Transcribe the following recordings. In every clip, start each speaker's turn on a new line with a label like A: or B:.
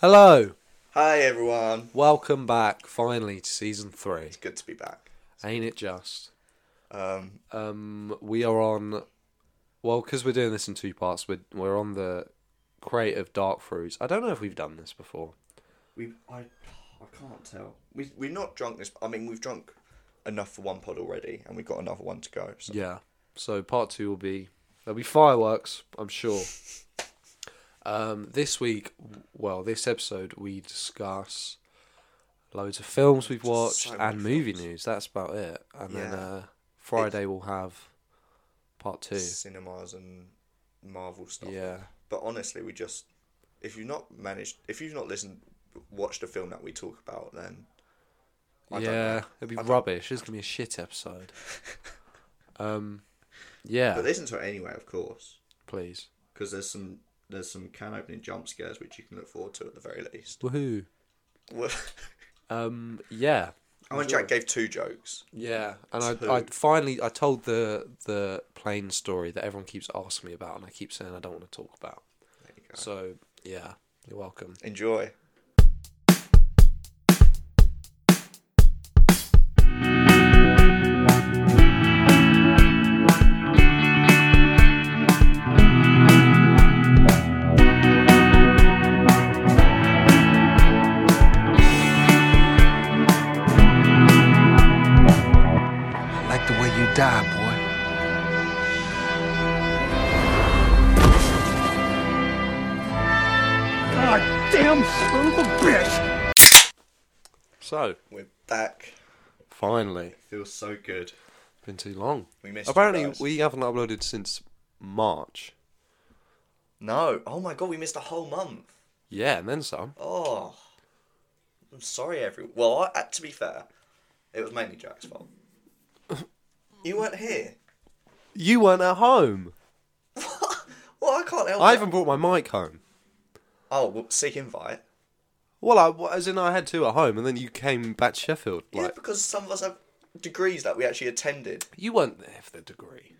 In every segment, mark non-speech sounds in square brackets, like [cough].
A: Hello,
B: Hi everyone.
A: welcome back finally to season three.
B: It's good to be back.
A: Ain't it just?
B: Um,
A: Um, we are on, well, because we're doing this in two parts. We're we're on the crate of dark fruits. I don't know if we've done this before.
B: we I I can't tell. We we're not drunk this. I mean, we've drunk enough for one pod already, and we've got another one to go. So.
A: Yeah. So part two will be there'll be fireworks. I'm sure. Um, this week, well, this episode we discuss loads of films we've watched
B: So many
A: and movie news. That's about it. And then
B: Yeah.
A: uh, Friday we'll have part two.
B: Cinemas and Marvel stuff.
A: Yeah.
B: But honestly, we just if you've not managed, if you've not listened, watched a film that we talk about, then I don't
A: yeah,
B: know.
A: it'd be rubbish. It's gonna be a shit [laughs] episode. um, yeah,
B: but listen to it anyway, of course,
A: please.
B: because there's some there's some can opening jump scares which you can look forward to at the very least.
A: Woohoo.
B: [laughs]
A: Um, yeah,
B: oh, and Jack gave two jokes.
A: yeah. And
B: Two.
A: I, I finally, I told the the plane story that everyone keeps asking me about, and I keep saying I don't want to talk about.
B: There you go.
A: So yeah, you're welcome.
B: Enjoy.
C: like the way you die, boy. God damn son of a bitch!
A: So
B: We're back.
A: finally,
B: Feels so good.
A: been too long.
B: We missed. you
A: Apparently,
B: guys.
A: we haven't uploaded since March.
B: No. Oh my god, we missed a whole month.
A: Yeah, and then some.
B: Oh. I'm sorry, everyone. Well, I, uh, to be fair, it was mainly
A: [laughs]
B: Jack's fault. you weren't here.
A: You weren't at home.
B: Well, I can't help.
A: I
B: it.
A: even brought my mic home.
B: Oh, well, seek invite.
A: Well, I, well, as in, I had two at home, and then you came back to Sheffield.
B: Yeah,
A: Like
B: because some of us have degrees that we actually attended.
A: you weren't there for the degree.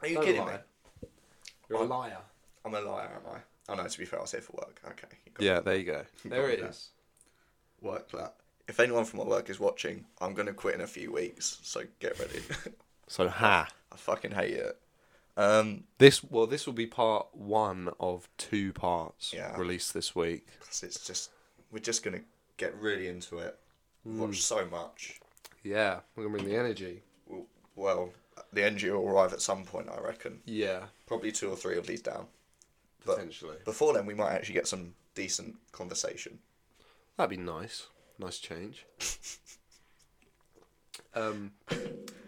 B: Are you
A: Don't
B: kidding
A: lie.
B: me?
A: You're
B: a
A: liar.
B: I'm a liar, am I? Oh no, to be fair, I was here for work. Okay. you got
A: Yeah, there you go. There
B: got
A: it
B: that.
A: is.
B: Work that. If anyone from my work is watching, I'm gonna quit in a few weeks. So get ready. [laughs]
A: So ha.
B: I fucking hate it. Um,
A: This well, this will be part one of two parts
B: Yeah.
A: released this week.
B: 'cause it's just we're just gonna get really into it. We've watched
A: Hmm.
B: so much.
A: Yeah, we're gonna bring the energy.
B: Well- Well, the energy will arrive at some point, I reckon.
A: Yeah,
B: Probably two or three of these down. But
A: potentially.
B: before then, we might actually get some decent conversation.
A: That'd be nice. Nice
B: [laughs]
A: change. um.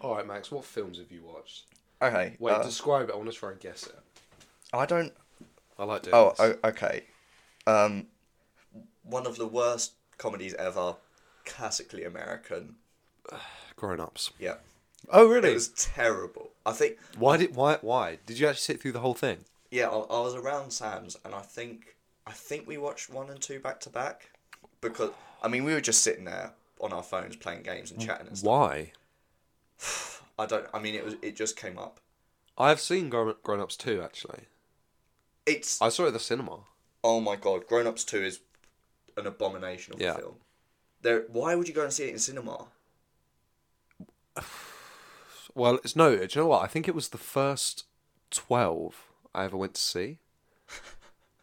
A: All right, Max. What films have you watched?
B: Okay.
A: Wait,
B: uh,
A: describe it. I want to try and guess it.
B: I don't.
A: I like doing
B: Oh,
A: this.
B: o okay. Um, one of the worst comedies ever. Classically American.
A: Grown ups.
B: Yeah.
A: Oh, really?
B: It was terrible. I think
A: Why did why why did you actually sit through the whole thing?
B: Yeah, I, I was around Sam's, and I think I think we watched one and two back to back because I mean we were just sitting there on our phones playing games and chatting and stuff.
A: Why?
B: I don't. I mean, it was it just came up.
A: I've seen Grown, grown Ups 2 actually.
B: It's
A: I saw it at the cinema.
B: oh my god, Grown Ups Two is an abomination of
A: Yeah.
B: a film. There, why would you go and see it in cinema?
A: Well, it's no, do you know what? I think it was the first 12 I ever went to
B: [laughs]
A: see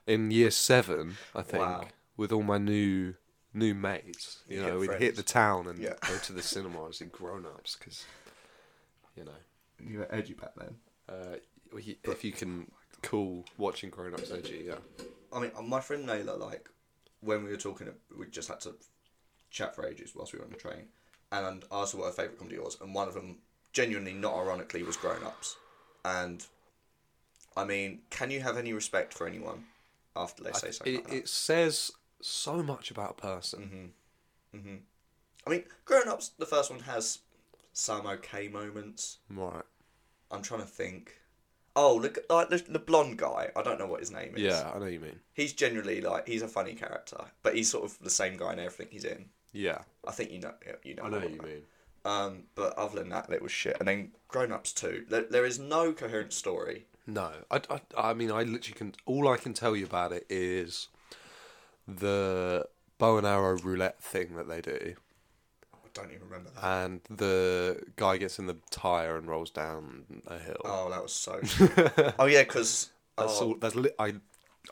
A: in year 7, I think,
B: Wow.
A: with all my new new mates. You
B: Yeah,
A: know, we'd hit
B: friends.
A: the town and
B: Yeah.
A: go to the cinema and see Grown Ups cuz you know,
B: You were edgy back then.
A: uh, we- if you can call watching Grown Ups edgy, yeah.
B: I mean, uh, my friend Naylor, like, when we were talking, we just had to chat for ages whilst we were on the train, and I asked her what her favourite comedy was, and one of them, genuinely, not ironically, was Grown Ups. And, I mean, can you have any respect for anyone after they say something
A: It,
B: like that? Mm-hmm.
A: it says so much about a person.
B: I mean, Grown Ups, the first one, has some okay moments.
A: Right.
B: I'm trying to think. Oh, look, like the, the blonde guy. I don't know what his name is.
A: Yeah, I know what you mean.
B: He's generally like he's a funny character, but he's sort of the same guy in everything he's in.
A: Yeah,
B: I think you know. You know.
A: I know
B: what
A: what you mean.
B: Um, but other than that, it was shit. And then Grown Ups too. There, there is no coherent story.
A: No, I, I, I mean, I literally can. All I can tell you about it is the bow and arrow roulette thing that they do,
B: I don't even remember that.
A: and the guy gets in the tire and rolls down a hill.
B: Oh, that
A: [laughs]
B: was so. oh yeah, because
A: that's all. That's li- I.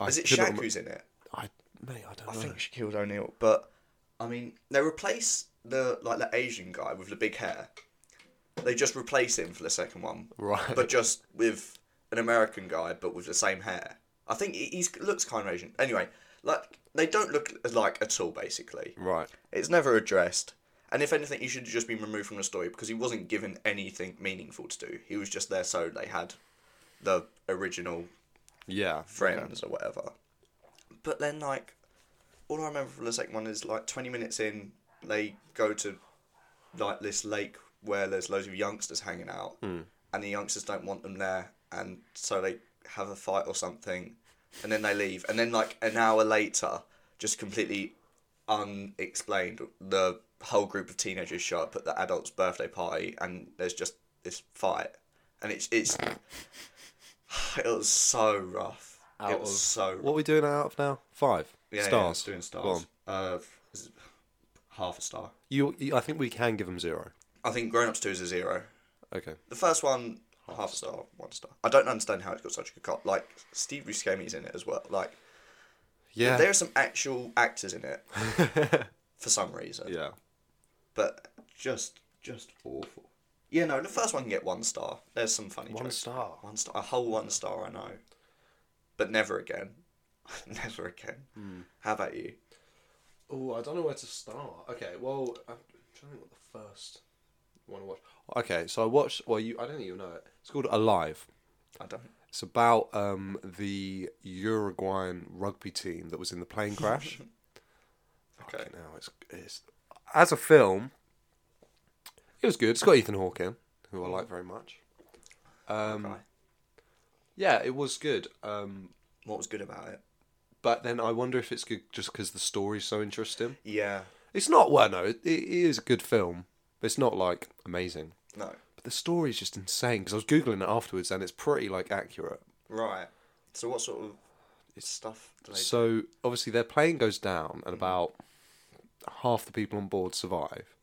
A: I
B: is it
A: couldn't
B: Shaq
A: rem-
B: who's in it?
A: I mate, I don't
B: I
A: know.
B: think she killed O'Neill, but I mean, they replace the like the Asian guy with the big hair. They just replace him for the second one,
A: Right.
B: But just with an American guy, but with the same hair. I think he he's, looks kind of Asian. Anyway, like they don't look alike at all. Basically,
A: Right.
B: it's never addressed. And if anything, he should have just been removed from the story because he wasn't given anything meaningful to do. He was just there so they had the original
A: Yeah.
B: friends or whatever. But then, like, all I remember from the second one is like 20 minutes in, they go to like this lake where there's loads of youngsters hanging out,
A: Hmm.
B: and the youngsters don't want them there, and so they have a fight or something, and then they leave, and then like an hour later, just completely unexplained, the whole group of teenagers show up at the adult's birthday party, and there's just this fight, and it's it's [sighs] it was so rough.
A: Out
B: it was
A: of-
B: so
A: What are we doing out of now? Five
B: yeah, yeah,
A: stars.
B: doing stars.
A: Go on.
B: Uh, is it half a star.
A: You, you. I think we can give them zero.
B: I think Grown Ups Two is a zero.
A: Okay.
B: The first one, half a star, one star. I don't understand how it's got such a good cop. Like Steve Buscemi's in it as well. Like
A: Yeah. [laughs]
B: there are some actual actors in it for some reason.
A: yeah.
B: But just, just awful. Yeah, no, the first one can get one star. There's some funny
A: One
B: jokes.
A: star?
B: One star. A whole one star, I know. But never again. [laughs] never again.
A: Hmm.
B: How about you?
A: Oh, I don't know where to start. Okay, well, I'm trying to think what the first one to watch. Okay, so I watched. Well, you, I don't think you know it. It's called Alive.
B: I don't.
A: It's about um, the Uruguayan rugby team that was in the plane crash.
B: Okay.
A: now it's, it's as a film, it was good. It's got Ethan Hawke in, who I like very much. Um,
B: Okay.
A: Yeah, it was good. Um,
B: What was good about it?
A: but then I wonder if it's good just because the story's so interesting.
B: Yeah.
A: It's not well, no, it, it is a good film. but It's not like amazing.
B: No.
A: But the story is just insane because I was googling it afterwards and it's pretty like accurate.
B: Right. So what sort of stuff do they
A: So obviously their plane goes down and about half the people on board survive,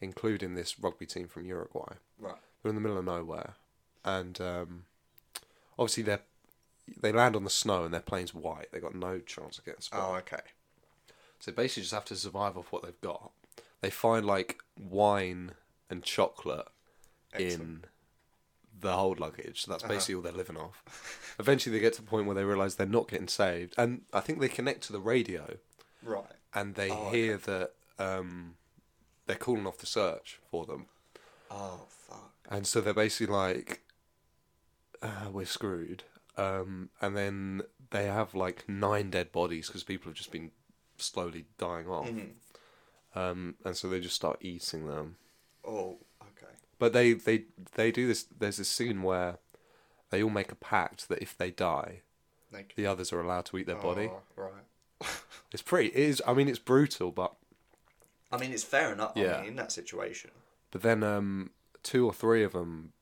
A: including this rugby team from Uruguay.
B: Right.
A: They're in the middle of nowhere, and um, obviously they they land on the snow and their plane's white. They got no chance of getting spotted.
B: Oh, okay.
A: So they basically just have to survive off what they've got. They find like wine and chocolate in the hold luggage. So that's basically all they're living off. Eventually they get to the point where they realise they're not getting saved. And I think they connect to the radio
B: Right.
A: and they hear that um, they're calling off the search for them.
B: Oh fuck.
A: And so they're basically like, uh, we're screwed. Um, and then they have like nine dead bodies because people have just been slowly dying off. Um, and so they just start eating them.
B: Oh, okay.
A: But they, they, they do this. There's this scene where they all make a pact that if they die,
B: Thank you.
A: the others are allowed to eat their body.
B: Oh, right.
A: It's pretty. It is. I mean, it's brutal, but
B: I mean, it's fair enough. I
A: Yeah.
B: mean, in that situation.
A: But then um, two or three of them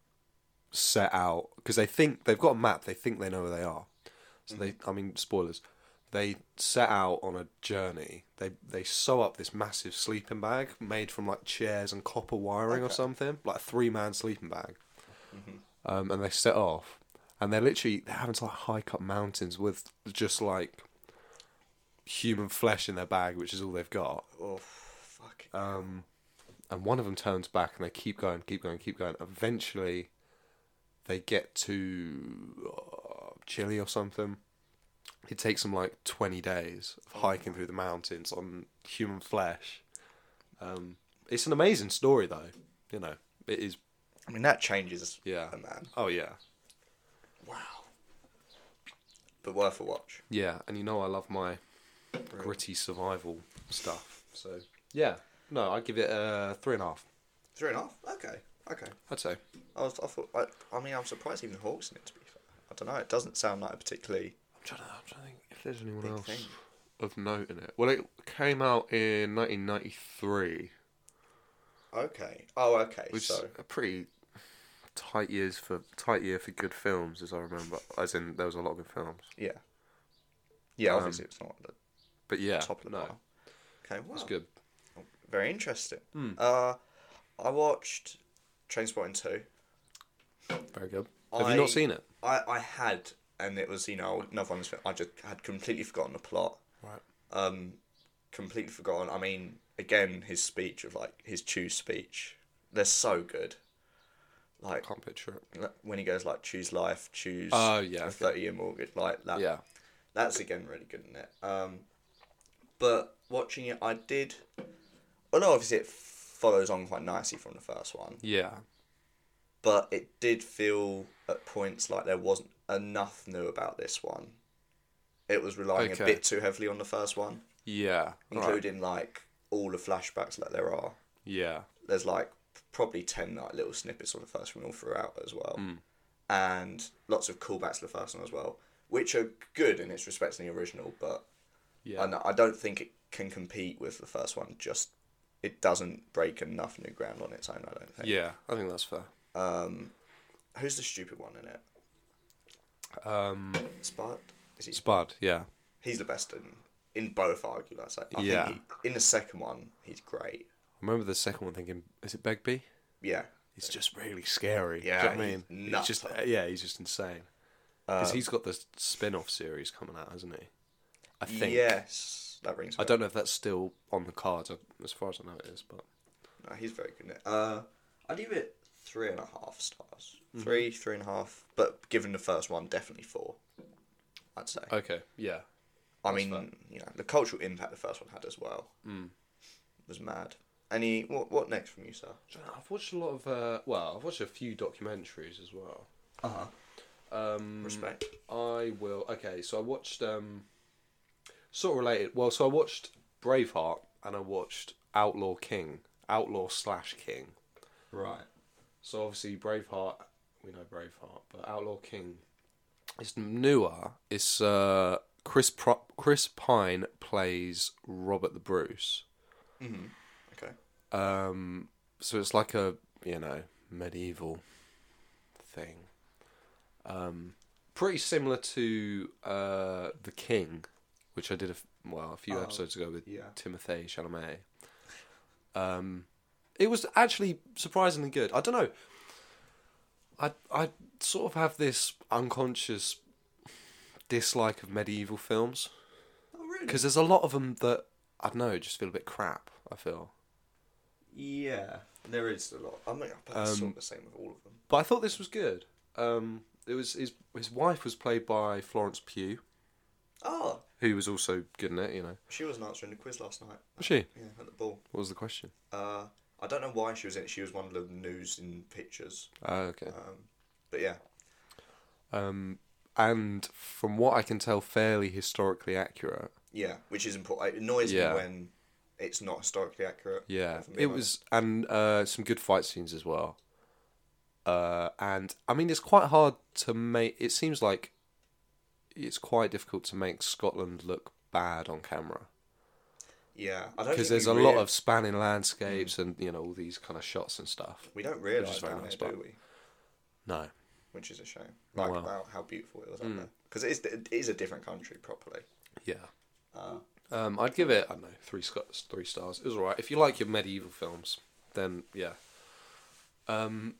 A: set out because they think they've got a map. They think they know where they are. So they, I mean, spoilers. They set out on a journey. They they sew up this massive sleeping bag made from like chairs and copper wiring or something, like a three man sleeping bag. Um, and they set off, and they're literally they're having to like hike up mountains with just like human flesh in their bag, which is all they've got
B: Oh, fuck.
A: Uh, and one of them turns back and they keep going, keep going, keep going. Eventually, they get to uh, Chile or something. It takes them like 20 days of hiking through the mountains on human flesh. Um, it's an amazing story, though. You know, it is.
B: I mean, that changes
A: Yeah.
B: a man.
A: Oh, yeah.
B: Wow. But worth a watch.
A: Yeah. And you know, I love my gritty survival stuff. So, yeah. No, I'd give it a three and a half,
B: Three and a half. Okay. Okay.
A: I'd say.
B: I was. I thought. I, I mean, I'm surprised even Hawks in it. To be fair, I don't know. It doesn't sound like a particularly.
A: I'm trying to, I'm trying to think if there's anyone
B: Big
A: else
B: thing.
A: of note in it. Well, it came out in 1993,
B: Okay. Oh, okay.
A: which
B: so
A: is a pretty tight years for tight year for good films, as I remember. As in, there was a lot of good films.
B: yeah. Yeah. Obviously, it's not the
A: But yeah,
B: top of the
A: Um, no,
B: pile. Okay, wow.
A: it's good. Hmm.
B: Very interesting. Uh, I watched Trainspotting 2.
A: Very good. Have you
B: I-
A: not seen it?
B: I, I had, and it was, you know, another one, I just had completely forgotten the plot.
A: Right.
B: Um, completely forgotten. I mean, again, his speech of like, his choose speech. They're so good. Like,
A: Can't picture it.
B: l- when he goes, like, choose life, choose
A: Oh, yeah,
B: a
A: okay.
B: 30 year mortgage, like that.
A: Uh, Yeah.
B: That's again really good in it. Um, but watching it, I did. Well, no, obviously it follows on quite nicely from the first one,
A: Yeah.
B: but it did feel at points like there wasn't enough new about this one. It was relying
A: Okay.
B: a bit too heavily on the first one,
A: Yeah. Right.
B: including like all the flashbacks that there are.
A: Yeah.
B: There's like probably ten like little snippets on the first one all throughout as well,
A: Hmm.
B: and lots of callbacks to the first one as well, which are good in its respect to the original, but
A: Yeah.
B: and I don't think it can compete with the first one. Just it doesn't break enough new ground on its own. I don't think.
A: Yeah. I think that's fair.
B: Who's the stupid one in it?
A: Um,
B: Spud. Is he?
A: Spud. Yeah.
B: He's the best in in both. Argue that's like. I
A: Yeah.
B: Think he, in the second one, he's great.
A: I remember the second one thinking, is it Begbie?
B: Yeah.
A: He's just really scary.
B: Yeah,
A: Do you know what I
B: he's
A: mean?
B: nuts.
A: He's Uh, just yeah, he's just insane. Because he's got this spin-off series coming out, hasn't he? I think.
B: Yes, that
A: I
B: rings. a bell.
A: don't know if that's still on the cards, I- as far as I know it is, but
B: No, he's very good in it. Uh, I give it three and a half stars.
A: Mm-hmm.
B: Three, three and a half. But given the first one, definitely four. I'd say.
A: okay, yeah,
B: I mean, you know, the cultural impact the first one had as well
A: Mm.
B: was mad. Any what what next from you, sir?
A: I've watched a lot of uh, well, I've watched a few documentaries as well.
B: Uh huh.
A: Um,
B: Respect.
A: I will. Okay, so I watched um, sort of related. Well, so I watched Braveheart and I watched Outlaw King, Outlaw slash King.
B: Right.
A: So obviously Braveheart, we know Braveheart, but Outlaw King is newer. It's uh, Chris Pro- Chris Pine plays Robert the Bruce.
B: Okay.
A: Um, so it's like a you know medieval thing. Um, pretty similar to uh, the King, which I did a f- well a few episodes ago with
B: yeah.
A: Timothée Chalamet. Um, it was actually surprisingly good. I don't know. I I sort of have this unconscious dislike of medieval films
B: Oh really?
A: because there's a lot of them that I don't know just feel a bit crap. I feel.
B: Yeah, there is a lot. I mean, I bet it's
A: Um,
B: sort of the same with all of them.
A: But I thought this was good. Um, it was his his wife was played by Florence Pugh,
B: Oh,
A: who was also good in it. You know,
B: she wasn't answering the quiz last night.
A: was she?
B: Yeah, at the ball.
A: What was the question?
B: Uh, I don't know why she was in it. She was one of the news in pictures.
A: Oh, okay.
B: Um, but yeah,
A: Um, and from what I can tell, fairly historically accurate.
B: yeah, which is important. It annoys
A: Yeah.
B: me when it's not historically accurate.
A: Yeah,
B: if I'm
A: it
B: being honest.
A: was, and uh, some good fight scenes as well. Uh, and I mean, it's quite hard to make. It seems like it's quite difficult to make Scotland look bad on camera.
B: Yeah, I don't
A: because
B: think
A: there's a
B: we
A: lot
B: rea-
A: of spanning landscapes and you know all these kind of shots and stuff.
B: we don't realize
A: very
B: that,
A: nice, Oh,
B: do
A: but-
B: we?
A: No,
B: which is a shame. Like
A: Wow.
B: about how beautiful it was
A: Hmm.
B: out there, because it is, it is a different country properly.
A: yeah.
B: Uh.
A: um, I'd give it I don't know three sc- three stars. It was alright. If you like your medieval films, then yeah. Um,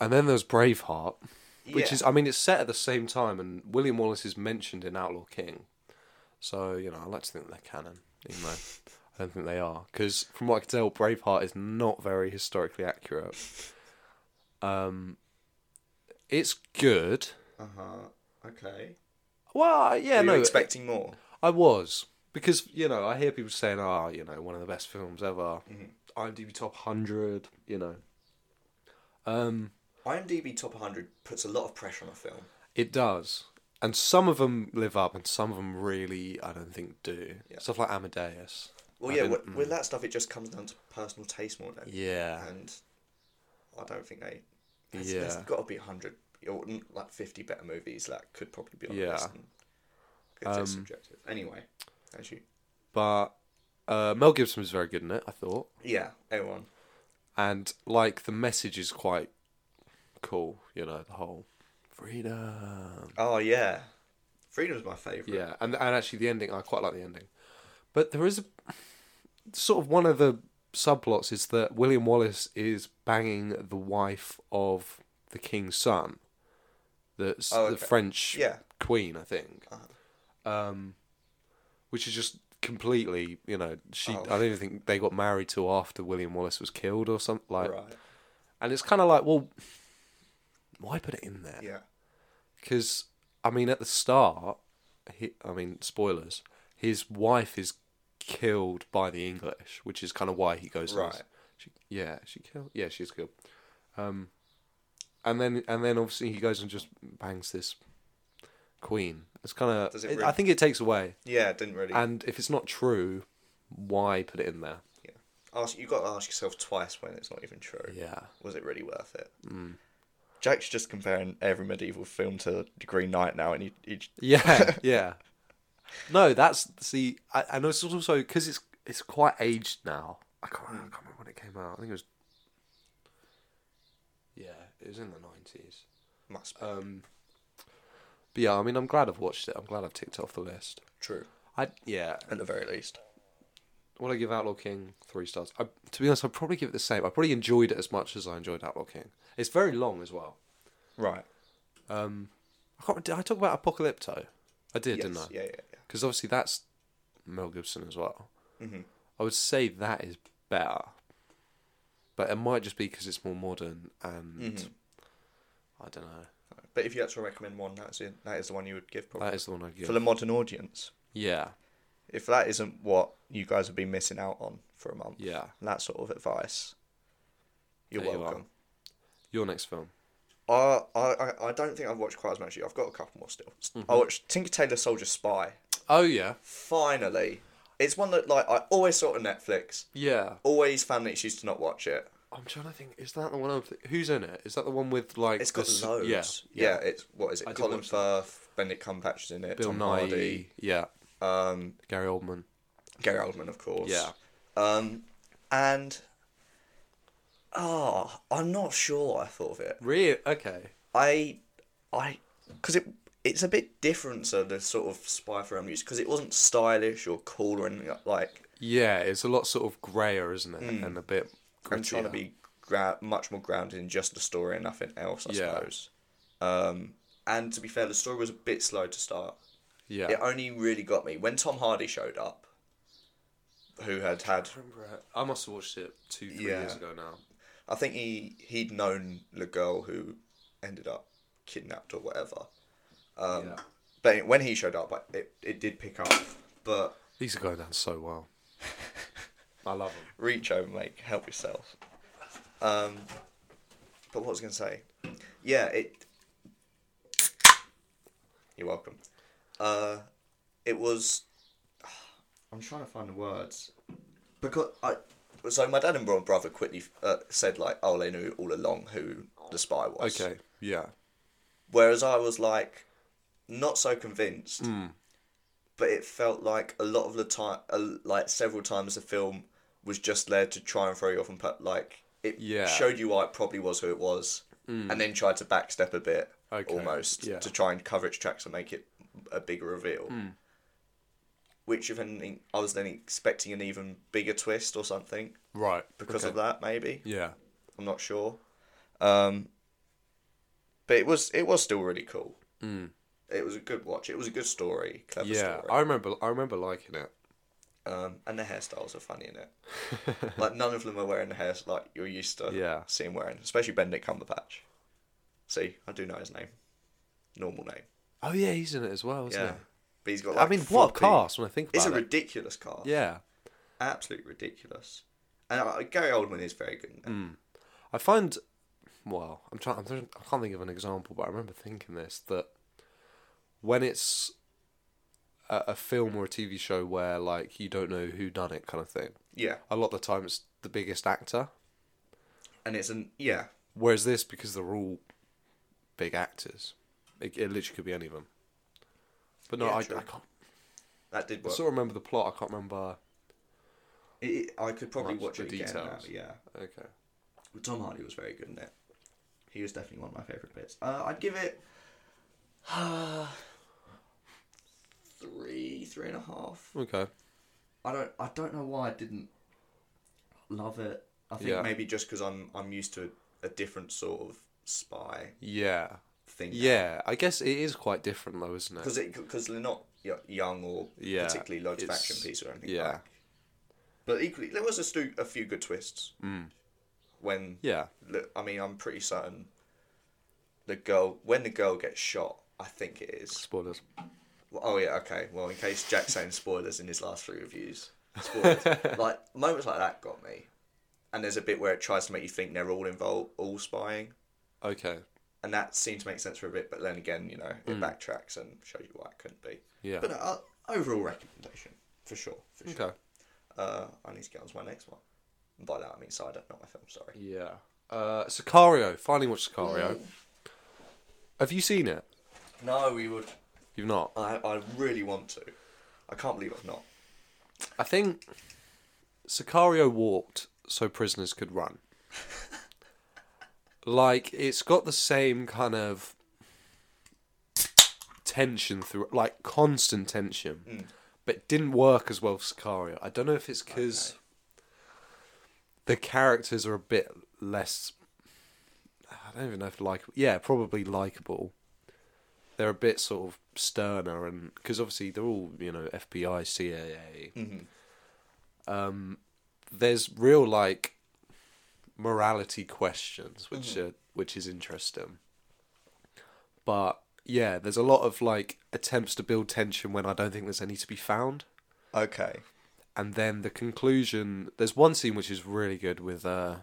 A: and then there's Braveheart, which
B: Yeah.
A: is I mean it's set at the same time, and William Wallace is mentioned in Outlaw King, so you know I like to think they're canon, even though. I don't think they are because, from what I can tell, Braveheart is not very historically accurate. Um, it's good.
B: Uh huh. Okay.
A: Well, Uh-huh. yeah,
B: Are you
A: no,
B: expecting more?
A: I was because you know I hear people saying, "Ah, you know, one of the best films ever." IMDb top hundred, you know. Um,
B: IMDb top 100 puts a lot of pressure on a film.
A: it does, and some of them live up, and some of them really, I don't think do. Stuff like Amadeus.
B: Well,
A: I
B: yeah,
A: didn't-
B: with, with that stuff, it just comes down to personal taste more than
A: Yeah.
B: And I don't think they. There's,
A: Yeah.
B: there's got to be 100 or mm, like 50 better movies that could probably be on the
A: Yeah.
B: list. and- 'cause it's
A: Um,
B: subjective. Anyway, as you.
A: But uh, Mel Gibson was very good in it, I thought,
B: Yeah, everyone.
A: and like the message is quite cool. You know, the whole freedom.
B: Oh, yeah. Freedom's my favourite.
A: Yeah, and and actually the ending, I quite like the ending. But there is a sort of one of the subplots is that William Wallace is banging the wife of the king's son, that's
B: Oh,
A: the
B: okay.
A: French
B: Yeah. Uh-huh.
A: queen, I think. Um, which is just completely, you know, she.
B: Oh.
A: I don't even think they got married till after William Wallace was killed or something like.
B: right.
A: And it's kind of like, well, why put it in there?
B: Yeah.
A: Because I mean, at the start, he, I mean, spoilers. His wife is killed by the English, which is kind of why he goes. on this-
B: Right.
A: She, yeah, she killed. Yeah, she's killed. Um, and then and then obviously he goes and just bangs this queen. It's kind of.
B: Does it
A: I
B: really-
A: think it takes away.
B: Yeah, it didn't really.
A: And if it's not true, why put it in there?
B: yeah. Ask you got to ask yourself twice when it's not even true.
A: Yeah. Mm.
B: Was it really worth it? Jack's just comparing every medieval film to the Green Knight now, and he, he
A: Yeah, yeah. No, that's see, I, and it's also because it's it's quite aged now. I can't, remember, I can't remember when it came out. I think it was. Yeah, it was in the nineties.
B: must be
A: Um, but yeah, I mean, I'm glad I've watched it. I'm glad I've ticked it off the list.
B: true
A: I yeah,
B: at the very least.
A: would I give Outlaw King three stars? I, to be honest, I'd probably give it the same. I probably enjoyed it as much as I enjoyed Outlaw King. It's very long as well.
B: Right.
A: Um, I can't. Did I talk about Apocalypto? I did,
B: Yes.
A: didn't I?
B: Yeah, yeah, yeah.
A: because obviously that's Mel Gibson as well.
B: Mm-hmm.
A: I would say that is better, but it might just be because it's more modern and
B: Mm-hmm.
A: I don't know.
B: But if you had to recommend one, that's it. That is the one you would give probably
A: That is the one I give.
B: for the modern audience.
A: yeah,
B: If that isn't what you guys have been missing out on for a month,
A: Yeah.
B: that sort of advice, you're
A: There you are.
B: welcome.
A: your next film.
B: I, I I don't think I've watched quite as much. I've got a couple more still.
A: Mm-hmm.
B: I watched Tinker Tailor Soldier Spy.
A: Oh yeah,
B: Finally, it's one that like I always saw on Netflix.
A: yeah.
B: Always found an excuse to not watch it.
A: I'm trying to think. Is that the one? I'm th- who's in it? Is that the one with like?
B: It's got
A: the s-
B: loads.
A: Yeah,
B: yeah. It's what is it?
A: I did
B: Colin
A: watch
B: Firth, Benedict Cumberbatch is in it.
A: Bill
B: Tom
A: Nye.
B: Hardy,
A: Yeah,
B: um,
A: Gary Oldman.
B: Gary Oldman, of course.
A: Yeah.
B: Um, and ah, I'm not sure. I thought of it.
A: Really? Okay.
B: I, I, because it it's a bit different to the sort of spy film used because it wasn't stylish or cool or anything like- like.
A: Yeah, it's a lot sort of grayer, isn't it?
B: Mm.
A: And a bit.
B: I'm trying to
A: grittier.
B: be gra- much more grounded in just the story and nothing else. I
A: Yeah.
B: suppose. Um, and to be fair, the story was a bit slow to start.
A: Yeah.
B: It only really got me when Tom Hardy showed up, who had had
A: I must have watched it two, three
B: Yeah.
A: years ago now.
B: I think he he'd known the girl who ended up kidnapped or whatever. Um,
A: Yeah.
B: But when he showed up, like, it it did pick up. But
A: These are going down so [laughs] well. I love them.
B: reach over, mate. Help yourself. Um, but what was I gonna say? Yeah, it. You're welcome. Uh, it was. [sighs] I'm trying to find the words. Because I, so my dad and bro- brother quickly uh, said like, oh, they knew all along who the spy was.
A: Okay. Yeah.
B: Whereas I was like, not so convinced.
A: Hmm.
B: But it felt like a lot of the time, like several times, the film was just there to try and throw you off and put like it
A: Yeah. Hmm.
B: showed you why it probably was who it was, and then tried to backstep a bit
A: Okay,
B: almost
A: yeah. Hmm.
B: to try and cover its tracks and make it a bigger reveal. Which, if anything, I was then expecting an even bigger twist or something
A: Right.
B: because
A: Okay.
B: of that, maybe.
A: Yeah.
B: I'm not sure. Um, but it was it was still really cool. Mm. It was a good watch. It was a good story, clever
A: Yeah. I
B: story.
A: remember. I remember liking it.
B: Um, and the hairstyles are funny in it.
A: [laughs]
B: like none of them are wearing the hairs like you're used to
A: Yeah.
B: seeing wearing, especially Benedict Cumberbatch. See, I do know his name, normal name.
A: Oh yeah, he's in it as well, isn't
B: Yeah, but he's got.
A: he?
B: Like,
A: I mean, what a
B: floppy-
A: cast when I think
B: It's
A: about
B: a
A: it.
B: ridiculous car.
A: yeah.
B: absolutely ridiculous. And uh, Gary Oldman is very good. In it.
A: Mm. I find. Well, I'm trying. I'm trying. I can't think of an example, but I remember thinking this that when it's a, a film or a TV show where like you don't know who done it kind of thing,
B: Yeah,
A: a lot of the time it's the biggest actor.
B: and it's an yeah,
A: Whereas this, because they're all big actors, it, it literally could be any of them. But no,
B: Yeah,
A: I, I
B: true.
A: can't.
B: that did
A: I
B: work.
A: sort of remember the plot. I can't remember.
B: It, it- I could probably
A: Much
B: watch
A: the
B: it again. Now,
A: details.
B: yeah,
A: Okay.
B: But Tom Hardy was very good in it. He was definitely one of my favourite bits. Uh, I'd give it [sighs] uh, three, three and a half.
A: Okay.
B: I don't I don't know why I didn't love it. I think
A: Yeah.
B: maybe just because I'm I'm used to a different sort of spy
A: Yeah.
B: thing.
A: Yeah, I guess it is quite different though, isn't it?
B: because because they're not y- young or
A: Yeah,
B: particularly loads of
A: it's-
B: action piece or anything. like
A: yeah.
B: that. but equally there was a, stu- a few good twists.
A: Mm.
B: When
A: Yeah.
B: Look, I mean, I'm pretty certain the girl when the girl gets shot. I think it is.
A: Spoilers.
B: Well, Oh yeah, okay. Well, in case Jack's saying spoilers in his last three reviews,
A: [laughs]
B: spoilers. like moments like that got me. And there's a bit where it tries to make you think they're all involved, all spying,
A: Okay.
B: and that seemed to make sense for a bit. But then again, you know, it backtracks and shows you why it couldn't be.
A: Hmm. Yeah.
B: But uh, overall recommendation for sure. For sure.
A: Okay.
B: Uh, I need to get on to my next one. And by that I mean cider, not my film. Sorry.
A: Yeah. Uh, Sicario. Finally watched Sicario. Have you seen it?
B: No, we would.
A: You've not.
B: I I really want to. I can't believe I've not.
A: I think Sicario walked so prisoners could run. like it's got the same kind of tension through, like constant tension, but it didn't work as well for Sicario. I don't know if it's because the characters are a bit less. I don't even know if like yeah, probably likable. They're a bit sort of sterner, and because obviously they're all you know FBI, CIA, there's real like morality questions which are which is interesting but yeah there's a lot of like attempts to build tension when i don't think there's any to be found
B: Okay.
A: and then the conclusion there's one scene which is really good with uh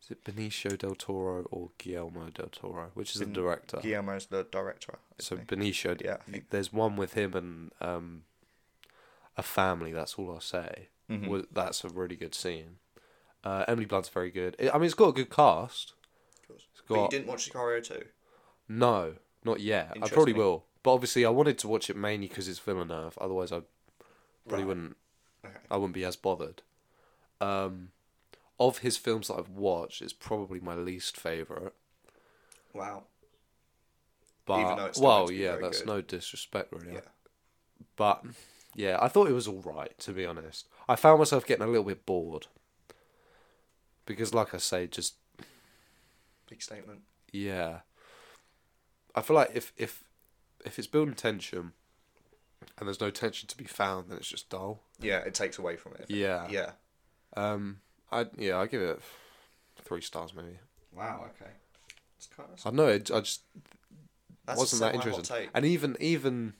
A: is it benicio del toro or guillermo del toro which is the director
B: Guillermo's the director.
A: so benicio
B: Yeah, I think-
A: there's one with him and um a family. That's all I'll say.
B: Mm-hmm.
A: Wa- That's a really good scene. Uh, Emily Blunt's very good. I I mean, it's got a good cast.
B: But you
A: got-
B: didn't watch Sicario 2?
A: No, not yet. I probably
B: Interesting.
A: will. But obviously, I wanted to watch it mainly because it's Villeneuve. Otherwise, I probably
B: Right.
A: wouldn't.
B: Okay.
A: I wouldn't be as bothered. Um, of his films that I've watched, it's probably my least favorite.
B: Wow.
A: But
B: Even though it's still meant
A: well,
B: to be
A: yeah,
B: very
A: that's
B: good.
A: no disrespect, really.
B: Yeah.
A: But yeah, I thought it was all right to be honest. I found myself getting a little bit bored because, like I say, just
B: Big statement.
A: yeah, I feel like if if if it's building tension and there's no tension to be found, then it's just dull.
B: Yeah, it takes away from it.
A: Yeah.
B: Yeah.
A: Um, I yeah, I give it three stars maybe.
B: Wow, okay. It's kind of,
A: I don't know it, I just
B: that's
A: wasn't
B: a
A: that
B: semi-hot
A: interesting.
B: take.
A: And even even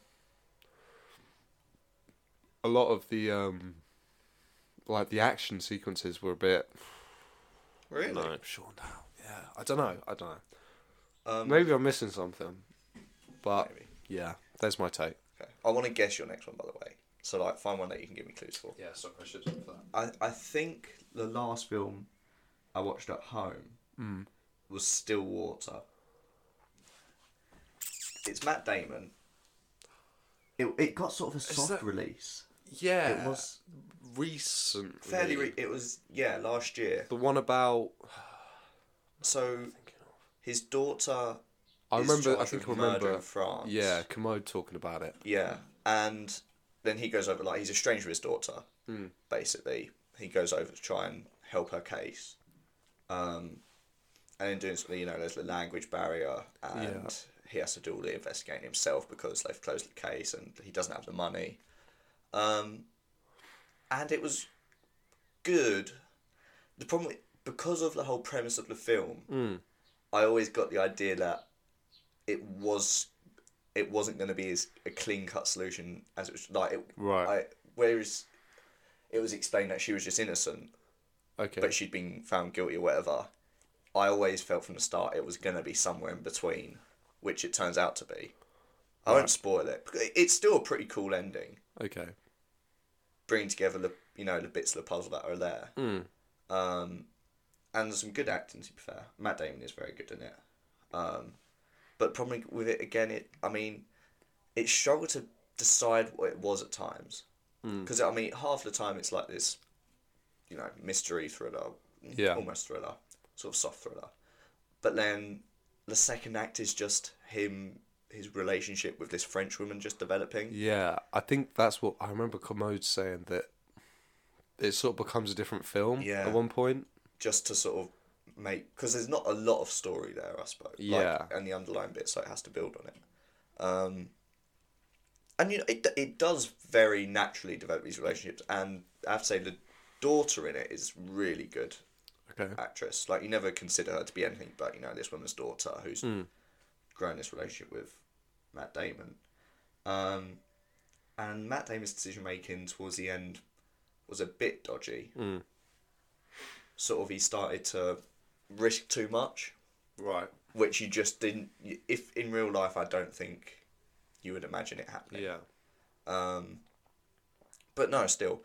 A: a lot of the um like the action sequences were a bit
B: Really?
A: no Sean down. Yeah, I don't know. I don't know.
B: Um,
A: maybe I'm missing something, but
B: Maybe.
A: yeah, there's my take.
B: Okay. I want to guess your next one, by the way. So, like, find one that you can give me clues for.
A: Yeah, so I should for that.
B: I, I think the last film I watched at home
A: Hmm.
B: was Still Water. It's Matt Damon. It, it got sort of a soft
A: that-
B: release.
A: Yeah,
B: It was
A: recently.
B: fairly. Re- it was yeah, last year.
A: the one about.
B: So his daughter.
A: I
B: is
A: remember. I
B: charged
A: think I
B: with murder
A: remember.
B: in France.
A: Yeah, Commode talking about it.
B: Yeah, and then he goes over like he's estranged with his daughter.
A: Hmm.
B: Basically, he goes over to try and help her case, um, and in doing so, you know, there's the language barrier, and he has to do all the investigating himself because they've closed the case and he doesn't have the money. Um, and it was good. The problem because of the whole premise of the film, I always got the idea that it was it wasn't going to be as a clean cut solution as it was like it,
A: Right.
B: I, whereas it was explained that she was just innocent,
A: Okay.
B: but she'd been found guilty or whatever. I always felt from the start it was going to be somewhere in between, which it turns out to be. I won't spoil it. because It's still a pretty cool ending,
A: okay.
B: bringing together the you know the bits of the puzzle that are there, um, and there's some good acting to be fair. Matt Damon is very good in it, um, but probably with it again, it I mean, it struggled to decide what it was at times, because I mean half the time it's like this, you know, mystery thriller,
A: Yeah.
B: almost thriller, sort of soft thriller, but then the second act is just him his relationship with this French woman just developing.
A: Yeah, I think that's what I remember Commode saying that it sort of becomes a different film
B: Yeah.
A: at one point.
B: just to sort of make because there's not a lot of story there, I suppose.
A: Yeah.
B: like, and the underlying bit, so it has to build on it. Um, and you know, it it does very naturally develop these relationships, and I have to say the daughter in it is really good
A: Okay.
B: actress. Like you never consider her to be anything but you know this woman's daughter who's grown this relationship with Matt Damon. Um, and Matt Damon's decision making towards the end was a bit dodgy. Sort of, he started to risk too much,
A: Right.
B: which you just didn't. If in real life, I don't think you would imagine it happening.
A: Yeah.
B: But no, still,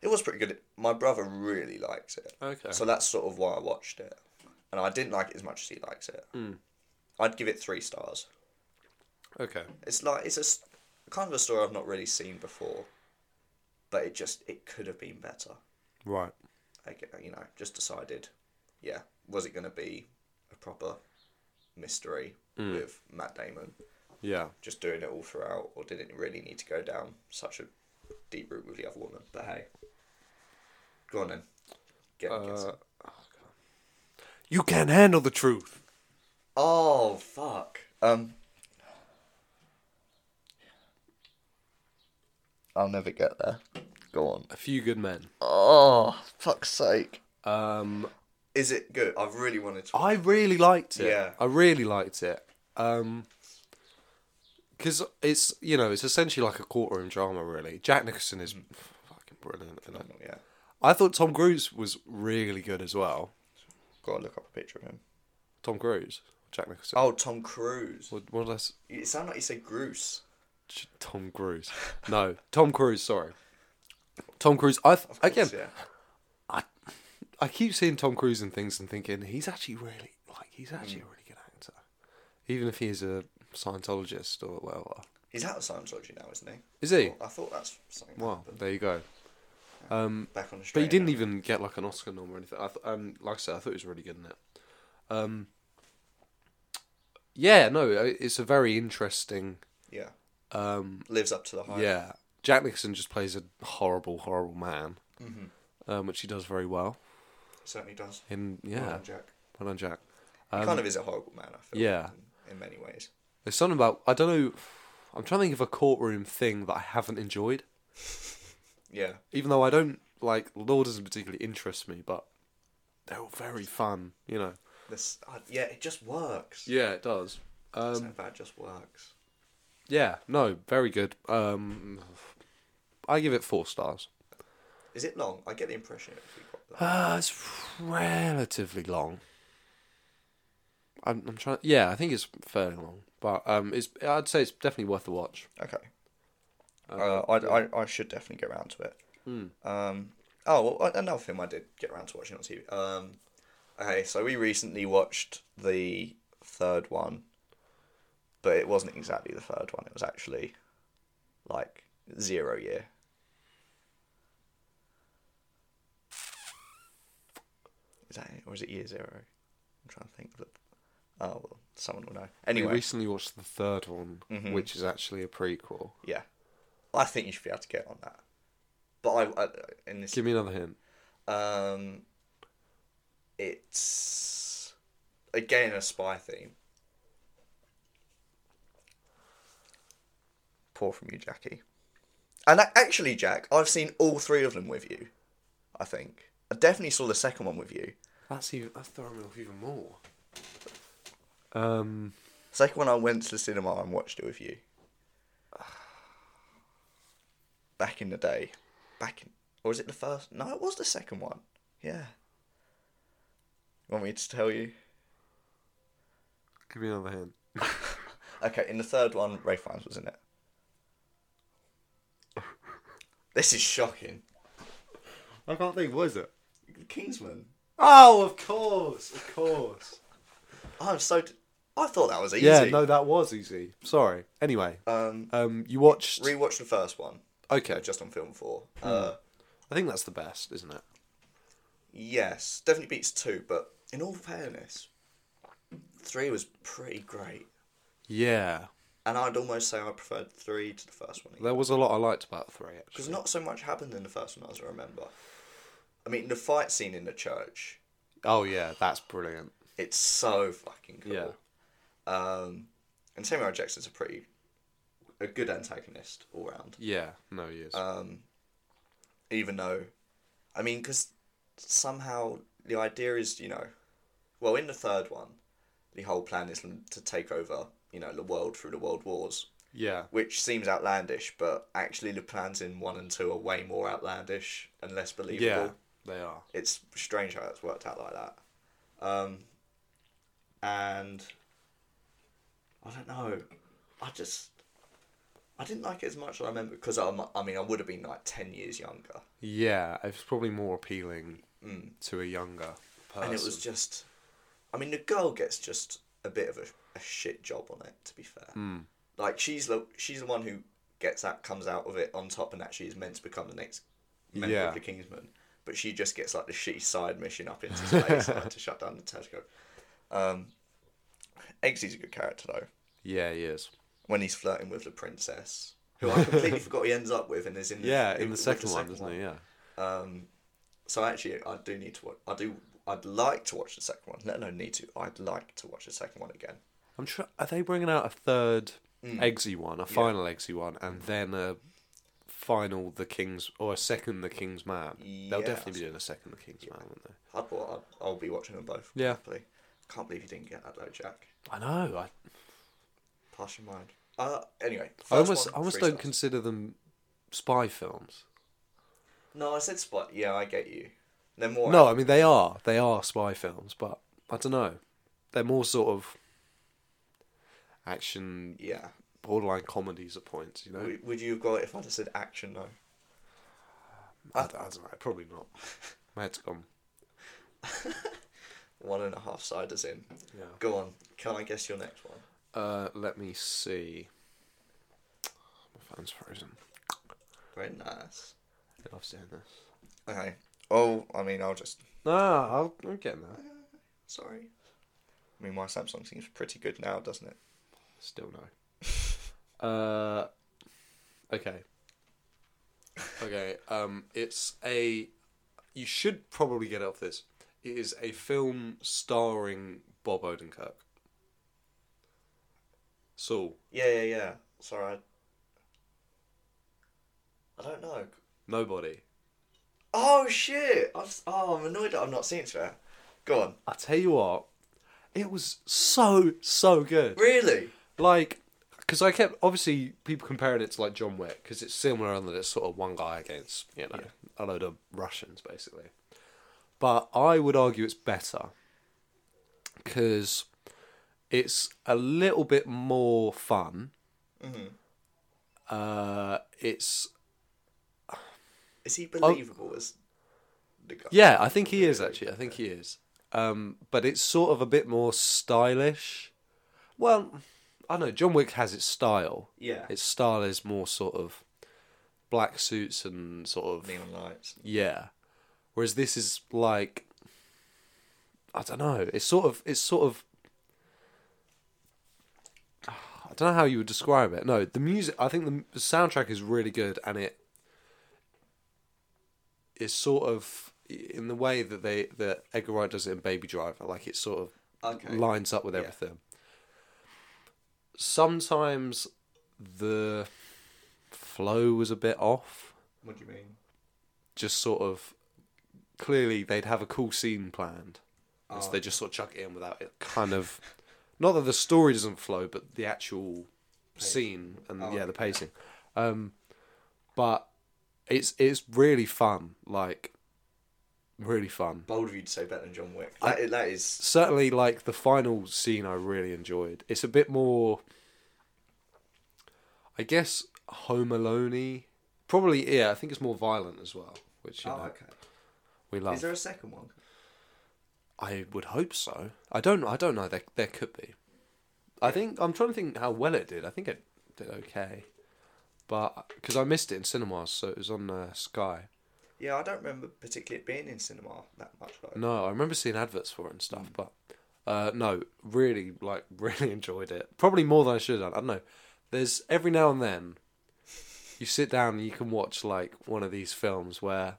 B: it was pretty good. My brother really likes it.
A: Okay.
B: So that's sort of why I watched it. And I didn't like it as much as he likes it. I'd give it three stars.
A: Okay.
B: It's like, it's a s- kind of a story I've not really seen before. But it just, it could have been better.
A: Right.
B: I get, you know, just decided, yeah, was it going to be a proper mystery with Matt Damon
A: Yeah.
B: just doing it all throughout, or did it really need to go down such a deep route with the other woman? But hey, go on then. Get,
A: Uh,
B: get some-
A: You can handle the truth.
B: Oh fuck. Um. I'll never get there. Go on.
A: A few good men.
B: Oh fuck's sake.
A: Um,
B: Is it good? I really wanted to.
A: I really liked it.
B: Yeah.
A: I really liked it. Um 'cause because it's you know it's essentially like a courtroom drama really. Jack Nicholson is fucking brilliant. in it.
B: Yeah.
A: I thought Tom Cruise was really good as well.
B: Gotta look up a picture of him.
A: Tom Cruise, Jack Nicholson.
B: Oh, Tom Cruise.
A: What, what did I s-
B: It sounded like you said Groose.
A: Ch- Tom Cruise. No, Tom Cruise. Sorry, Tom Cruise. I th- again,
B: Yeah.
A: I keep seeing Tom Cruise in things and thinking he's actually really like he's actually a really good actor, even if he is a Scientologist or whatever.
B: He's out of Scientology now, isn't he?
A: Is he?
B: I thought that's something. that
A: Well,
B: happened.
A: there you go.
B: back on the
A: But
B: straight.
A: he didn't
B: and
A: even get like an Oscar nom or anything. I th- um, like I said, I thought he was really good in it. Um, yeah, no, i- it's a very interesting.
B: narrow. Yeah. Um. Lives up to the hype.
A: Yeah, Jack Nicholson just plays a horrible, horrible man, um, which he does very well.
B: Certainly does.
A: In
B: Well
A: yeah,
B: done, Jack.
A: Well done, Jack.
B: He kind of is a horrible man. I feel.
A: yeah.
B: In, in many ways.
A: There's something about I don't know. I'm trying to think of a courtroom thing that I haven't enjoyed,
B: Yeah.
A: even though I don't like law doesn't particularly interest me, but they're all very fun, you know.
B: This, uh, yeah, it just works.
A: Yeah, it does.
B: Something
A: Um,
B: about it just works.
A: yeah, no, very good. Um, I give it four stars.
B: Is it long? I get the impression it would be quite long.
A: Uh, it's relatively long. I'm, I'm trying. Yeah, I think it's fairly long, but um, it's I'd say it's definitely worth a watch.
B: Okay. Uh, I, I, I should definitely get around to it. Um, oh, well, a- another film I did get around to watching on TV. Um, okay, so we recently watched the third one, but it wasn't exactly the third one. It was actually like zero year. Is that it, or is it year zero? I'm trying to think. Of the... Oh, well, someone will know.
A: We
B: Anyway,
A: recently watched the third one, which is actually a prequel.
B: yeah, I think you should be able to get on that. But I, I in this
A: Give me another hint.
B: Um, it's again a spy theme. Poor from you, Jackie. And a- actually, Jack, I've seen all three of them with you. I think I definitely saw the second one with you.
A: That's even that's throwing me off even more. Um,
B: Second one, I went to the cinema and watched it with you. Back in the day, back in, or was it the first? No, it was the second one. Yeah. Want me to tell you?
A: give me another hint.
B: Okay, in the third one, Ray Fiennes was in it. This is shocking.
A: I can't think. What is it?
B: Kingsman.
A: Oh, of course, of course.
B: I'm so. d- I thought that was easy.
A: Yeah, no, that was easy. Sorry. Anyway,
B: Um,
A: um, you watched.
B: rewatch the first one.
A: Okay,
B: Just on film four. Uh,
A: I think that's the best, isn't it?
B: yes, definitely beats two, but in all fairness, three was pretty great.
A: Yeah,
B: And I'd almost say I preferred three to the first one.
A: There was a lot I liked about three.
B: Because
A: Actually,
B: not so much happened in the first one, as I remember. I mean, the fight scene in the church,
A: oh yeah, that's brilliant.
B: it's so fucking cool.
A: Yeah.
B: Um, and Samuel L. Jackson's a pretty, a good antagonist all round.
A: Yeah, no, he is.
B: Even though, I mean, because somehow the idea is, you know, well, in the third one, the whole plan is to take over, you know, the world through the world wars,
A: yeah,
B: which seems outlandish, but actually the plans in one and two are way more outlandish and less believable.
A: yeah, they are.
B: it's strange how it's worked out like that. Um, and I don't know. I just I didn't like it as much as I remember because I I mean I would have been like ten years younger,
A: Yeah, it's probably more appealing to a younger person.
B: and it was just. I mean, the girl gets just a bit of a, a shit job on it. To be fair,
A: Hmm.
B: like she's the she's the one who gets out comes out of it on top and actually is meant to become the next member
A: Yeah.
B: of the Kingsman, but she just gets like the shitty side mission up into space like, to shut down the Tesco. Um, Eggsy's a good character though.
A: yeah, he is.
B: When he's flirting with the princess, who I
A: [laughs]
B: completely forgot he ends up with, and is in the,
A: Yeah,
B: with
A: in the second one, isn't he? Yeah.
B: So actually, I do need to. Watch, I do. I'd like to watch the second one. Let alone need to. I'd like to watch the second one again.
A: I'm sure. Are they bringing out a third Eggsy one, a final Eggsy one, and then a final The King's or a second The King's Man? They'll
B: Yeah.
A: definitely be doing a second The King's Man, won't they?
B: I'd, I'll, I'll be watching them both.
A: Yeah.
B: Probably. Can't believe you didn't get that though, Jack.
A: I know. I,
B: Pass your mind. Uh,
A: I
B: anyway. first
A: almost,
B: one,
A: I almost
B: three
A: don't
B: stars.
A: consider them spy films.
B: No, I said spot. Yeah, I get you. They're more.
A: No, I mean they are, they are spy films, but I don't know. They're more sort of action,
B: Yeah.
A: borderline comedies at points. You know,
B: Would, would you have got it if I'd have said action though?
A: I, I don't know. Probably not. My head's gone.
B: One and a half siders in.
A: Yeah.
B: Go on. Can I guess your next one?
A: Uh, let me see. My phone's frozen.
B: Very nice.
A: I love doing this.
B: Okay. Oh, I mean, I'll just.
A: No, I'll, I'm getting there.
B: Sorry. I mean, my Samsung seems pretty good now, doesn't it?
A: Still no. Uh, okay. Okay. Um, it's a. You should probably get off this. It is a film starring Bob Odenkirk. Saul.
B: Yeah, yeah, yeah. Sorry. I, I don't know.
A: Nobody.
B: Oh shit! I've, s- oh, I'm annoyed that I've not seen it. Fair. Go on.
A: I tell you what, it was so so good.
B: Really?
A: like because I kept obviously people comparing it to like John Wick because it's similar in that it's sort of one guy against you know a load of Russians basically, but I would argue it's better because it's a little bit more fun. Uh, it's
B: Is he believable as the guy?
A: Oh. yeah, I think he is actually. I think he is, um, but it's sort of a bit more stylish. Well, I don't know John Wick has its style.
B: Yeah.
A: Its style is more sort of black suits and sort of
B: neon lights.
A: yeah. Whereas this is like I don't know. It's sort of it's sort of I don't know how you would describe it. No, the music. I think the, the soundtrack is really good, and it is sort of in the way that they that Edgar Wright does it in Baby Driver. Like it sort of
B: Okay.
A: lines up with everything. Sometimes the flow was a bit off.
B: What do you mean?
A: Just sort of clearly they'd have a cool scene planned, and
B: Oh.
A: so they just sort of chuck it in without it kind of. Not that the story doesn't flow, but the actual scene and
B: Oh,
A: yeah, the pacing. Um, but it's it's really fun, like really fun.
B: Bold of you to say better than John Wick. That, that is.
A: certainly like the final scene I really enjoyed. It's a bit more I guess home alone Probably yeah, I think it's more violent as well, which you
B: Oh,
A: know,
B: okay.
A: we love.
B: Is there a second one?
A: I would hope so. I don't I don't know there there could be. I think I'm trying to think how well it did. I think it did okay. But because I missed it in cinemas, so it was on uh, Sky.
B: Yeah, I don't remember particularly it being in cinema that much though.
A: No, I remember seeing adverts for it and [laughs]
B: Hmm.
A: stuff, but uh, no, really, like, really enjoyed it. Probably more than I should have done. I don't know. there's every now and then you sit down and you can watch like one of these films where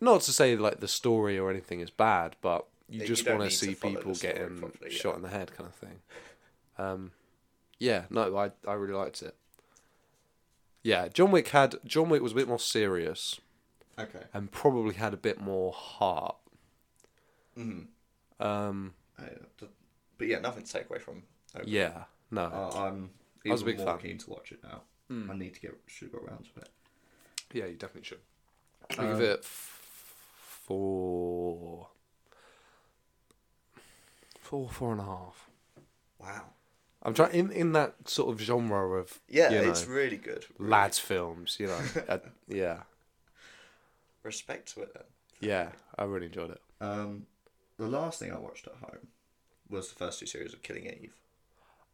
A: not to say like the story or anything is bad, but you
B: Yeah, you
A: just
B: don't
A: want
B: need
A: to
B: to
A: see
B: follow the
A: people
B: story
A: getting
B: properly, yeah.
A: shot in the head kind of thing. Um, yeah, no, I I really liked it. Yeah, John Wick had John Wick was a bit more serious
B: Okay.
A: and probably had a bit more heart. Um,
B: I, d- Uh, but yeah, nothing to take away from. Oakley.
A: yeah, no,
B: Uh, I'm even
A: was a big
B: more
A: fan. Hmm.
B: keen to watch it now. I need to get should get around to it.
A: yeah, you definitely should. I
B: um,
A: give it f- four, four, four and a half.
B: Wow.
A: I'm trying in in that sort of genre of
B: Yeah,
A: you know,
B: it's really good. Really
A: lads films,
B: [laughs]
A: you know. I, yeah,
B: Respect to it then.
A: yeah, I really enjoyed it.
B: Um, the last thing I watched at home was the first two series of Killing Eve.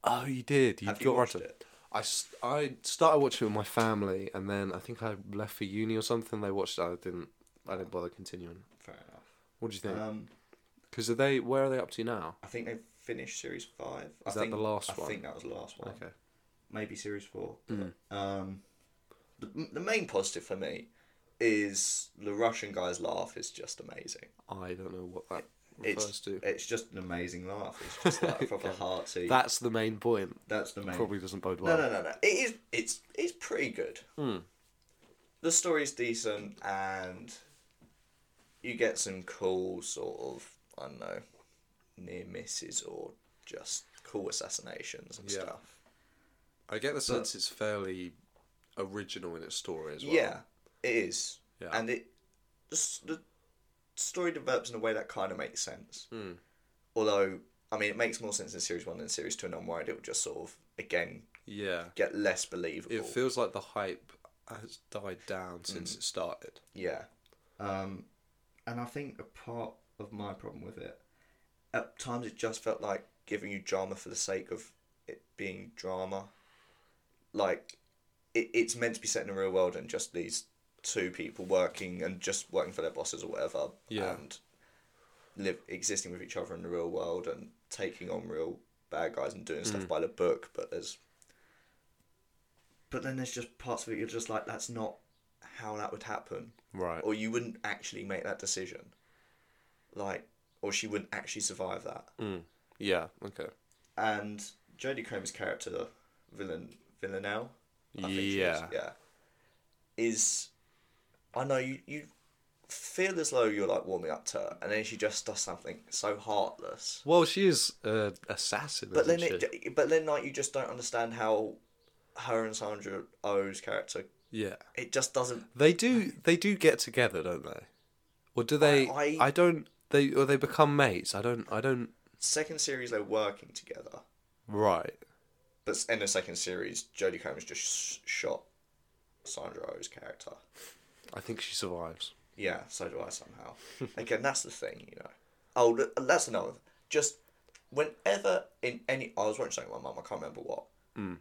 A: Oh, you did. You
B: Have
A: got
B: you watched
A: right to-
B: it?
A: I, s- I started watching it with my family, and then I think I left for uni or something. They watched it. I didn't. I didn't bother continuing.
B: Fair enough.
A: What do you think?
B: Um,
A: Because are they? Where are they up to now?
B: I think they finished series five. I
A: Is that
B: think,
A: the last
B: I
A: one?
B: think that was the last one.
A: Okay.
B: Maybe series four. Um, the, the main positive for me is the Russian guy's laugh is just amazing.
A: I don't know what that refers
B: It's
A: to.
B: it's just an amazing laugh. It's
A: [laughs]
B: just like a proper hearty.
A: That's the main point.
B: That's the main.
A: Probably doesn't bode well. Hmm.
B: No, no, no, no. It is. It's it's pretty good. The story's decent, and you get some cool sort of I don't know near misses or just cool assassinations and
A: Yeah.
B: stuff.
A: I get the sense it's fairly original in its story as well.
B: Yeah, it is.
A: Yeah.
B: And it the, s- the story develops in a way that kind of makes sense.
A: Hmm.
B: Although, I mean, it makes more sense in series one than series two, and I'm worried it will just sort of again
A: Yeah.
B: get less believable.
A: It feels like the hype has died down since it started.
B: Yeah. Um, and I think a part of my problem with it, at times it just felt like giving you drama for the sake of it being drama. Like, it, it's meant to be set in the real world and just these two people working and just working for their bosses or whatever.
A: Yeah.
B: And live existing with each other in the real world and taking on real bad guys and doing stuff by the book, but there's but then there's just parts of it you're just like that's not how that would happen
A: Right.
B: or you wouldn't actually make that decision. Like, or she wouldn't actually survive that.
A: Yeah. Okay.
B: And Jodie Comer's character, villain Villanelle, I think she is,
A: Yeah.
B: yeah, is. I know you. You feel as though you're like warming up to her, and then she just does something so heartless.
A: Well, she is an assassin.
B: But
A: isn't
B: then it,
A: she?
B: but then like you just don't understand how her and Sandra O's character.
A: yeah,
B: It just doesn't.
A: they do. They do get together, don't they? Or do they?
B: I-
A: I, don't. They or they become mates. I don't. I don't.
B: Second series they're working together.
A: Right. but
B: But in the second series, Jodie Comer's just sh- shot Sandra O's character.
A: I think she survives.
B: Yeah, so do I somehow. [laughs] Again, that's the thing, you know. Oh, th- that's another. Just whenever in any, I was watching something with my mum. I can't remember what. Mm.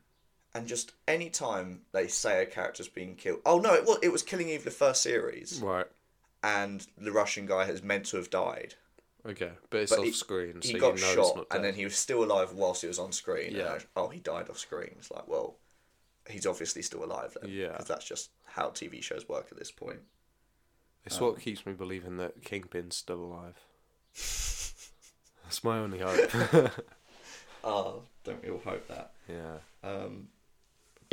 B: And just any time they say a character's being killed. Oh no, it was it was Killing Eve the first series,
A: Right.
B: and the Russian guy has meant to have died.
A: Okay. But it's
B: But
A: off
B: he-
A: screen,
B: He
A: so
B: got
A: you know it's
B: shot,
A: not.
B: and then he was still alive whilst he was on screen.
A: Yeah.
B: Yeah. oh, he died off screen. It's like, well, he's obviously still alive then.
A: Yeah.
B: Because that's just how TV shows work at this point.
A: it's what keeps me believing that Kingpin's still alive. [laughs] That's my only hope.
B: Oh, don't we all hope that?
A: [laughs] yeah.
B: Um,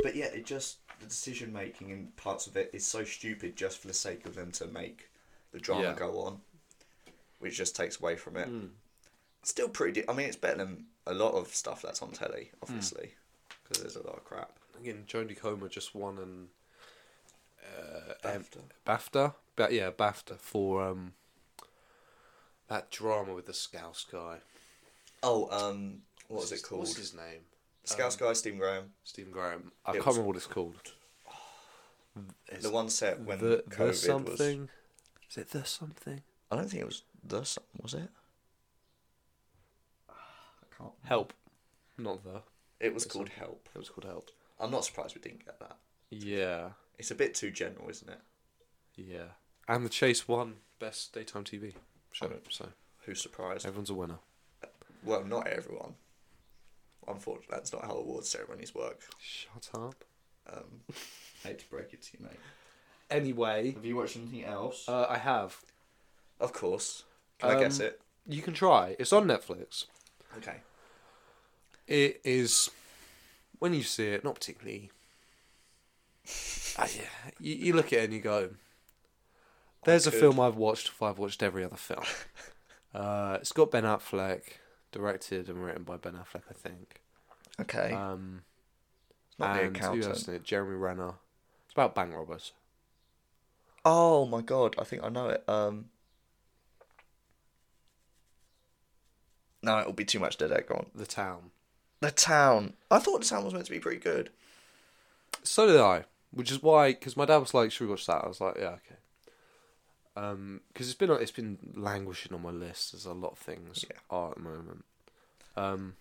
B: but yeah, it just the decision making in parts of it is so stupid just for the sake of them to make the drama
A: Yeah. Hmm.
B: go on, which just takes away from it. It's still pretty. Di- I mean, it's better than a lot of stuff that's on telly,
A: Hmm.
B: obviously, because there's a lot of crap.
A: Again, Jodie Comer just won an uh,
B: After.
A: BAFTA, but yeah, BAFTA for um that drama with the Scouse guy.
B: Oh, um, what was it
A: What's-
B: called?
A: What's his um, name?
B: Scouse Guy, Steam Graham.
A: Stephen Graham. I can't
B: was-
A: remember what it's called.
B: The one set when
A: The, the
B: COVID was.
A: something. Is it the something?
B: I don't think it was the something, was it? I can't.
A: Help. Not the.
B: It was called Help.
A: It was called Help.
B: I'm not surprised we didn't get that.
A: Yeah.
B: It's a bit too general, isn't it?
A: Yeah. And the Chase won best daytime TV show. So
B: Who's surprised?
A: everyone's a winner.
B: Well, not everyone. unfortunately, that's not how awards ceremonies work.
A: Shut up.
B: Um, hate to break it to you, mate.
A: Anyway,
B: Have you watched anything else?
A: uh, I have.
B: of course. Can I guess
A: um,
B: it?
A: You can try. It's on Netflix.
B: Okay.
A: It is when you see it, not particularly. Ah, yeah, you, you look at it and you go. There's a
B: could.
A: film I've watched. If I've watched every other film. [laughs] uh, it's got Ben Affleck, directed and written by Ben Affleck, I think.
B: Okay.
A: Um,
B: Not the
A: and who else
B: accountant.
A: in it? Jeremy Renner. It's about bank robbers.
B: Oh my god, I think I know it. Um. No, it'll be too much dead air. Go on.
A: The town.
B: The town. I thought the town was meant to be pretty good.
A: So did I, which is why because my dad was like, "Should we watch that?" I was like, "Yeah, okay." Um, because it's been it's been languishing on my list. There's a lot of things
B: Yeah.
A: are at the moment. Um,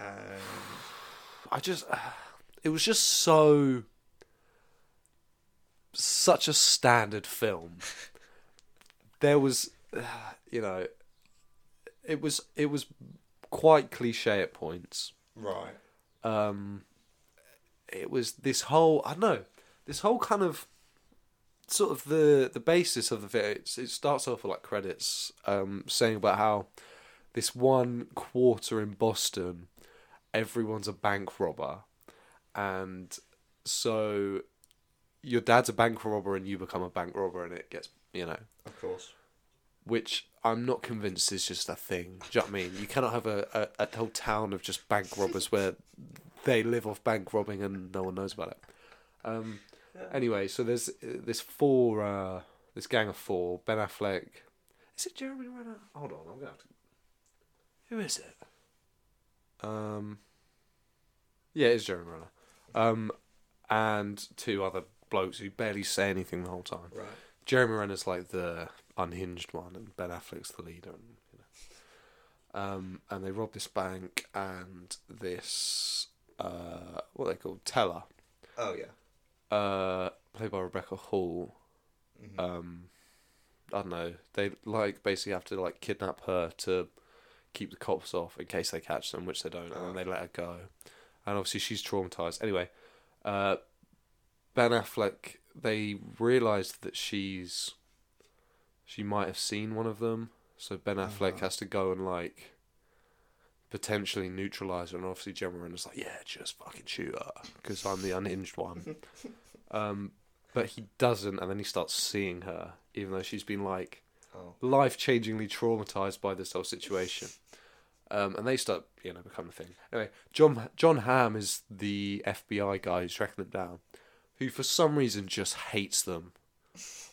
B: Um,
A: I just [sighs] it was just so such a standard film. there was, [sighs] you know, it was it was quite cliche at points.
B: right.
A: um, it was this whole I don't know this whole kind of sort of the the basis of the video. It's, it starts off with like credits um, saying about how this one quarter in Boston, everyone's a bank robber, and so your dad's a bank robber and you become a bank robber, and it gets you know
B: Of course.
A: which I'm not convinced is just a thing. Do you know what I mean? You cannot have a, a, a whole town of just bank robbers where they live off bank robbing and no one knows about it. Um, Anyway, so there's uh, this four, uh, this gang of four. Ben Affleck. Is it Jeremy Renner? Hold on, I'm gonna have to. Who is it? Um. Yeah, it's Jeremy Renner. Um, and two other blokes who barely say anything the whole time.
B: Right.
A: Jeremy Renner's like the unhinged one, and Ben Affleck's the leader. And, you know. um, and they rob this bank and this uh, what are they called teller,
B: Oh yeah.
A: uh, played by Rebecca Hall. Um, I don't know. They like basically have to like kidnap her to keep the cops off in case they catch them, which they don't, and then they let her go. And obviously she's traumatized. Anyway, uh, Ben Affleck. They realized that she's she might have seen one of them, so Ben Affleck has to go and like potentially neutralize her. And obviously Gemma Renner's like, yeah, just fucking shoot her because I'm the unhinged one. um, but he doesn't, and then he starts seeing her, even though she's been like
B: Oh.
A: life changingly traumatized by this whole situation. Um, and they start, you know, becoming a thing. Anyway, John John Ham is the FBI guy who's tracking them down, who for some reason just hates them.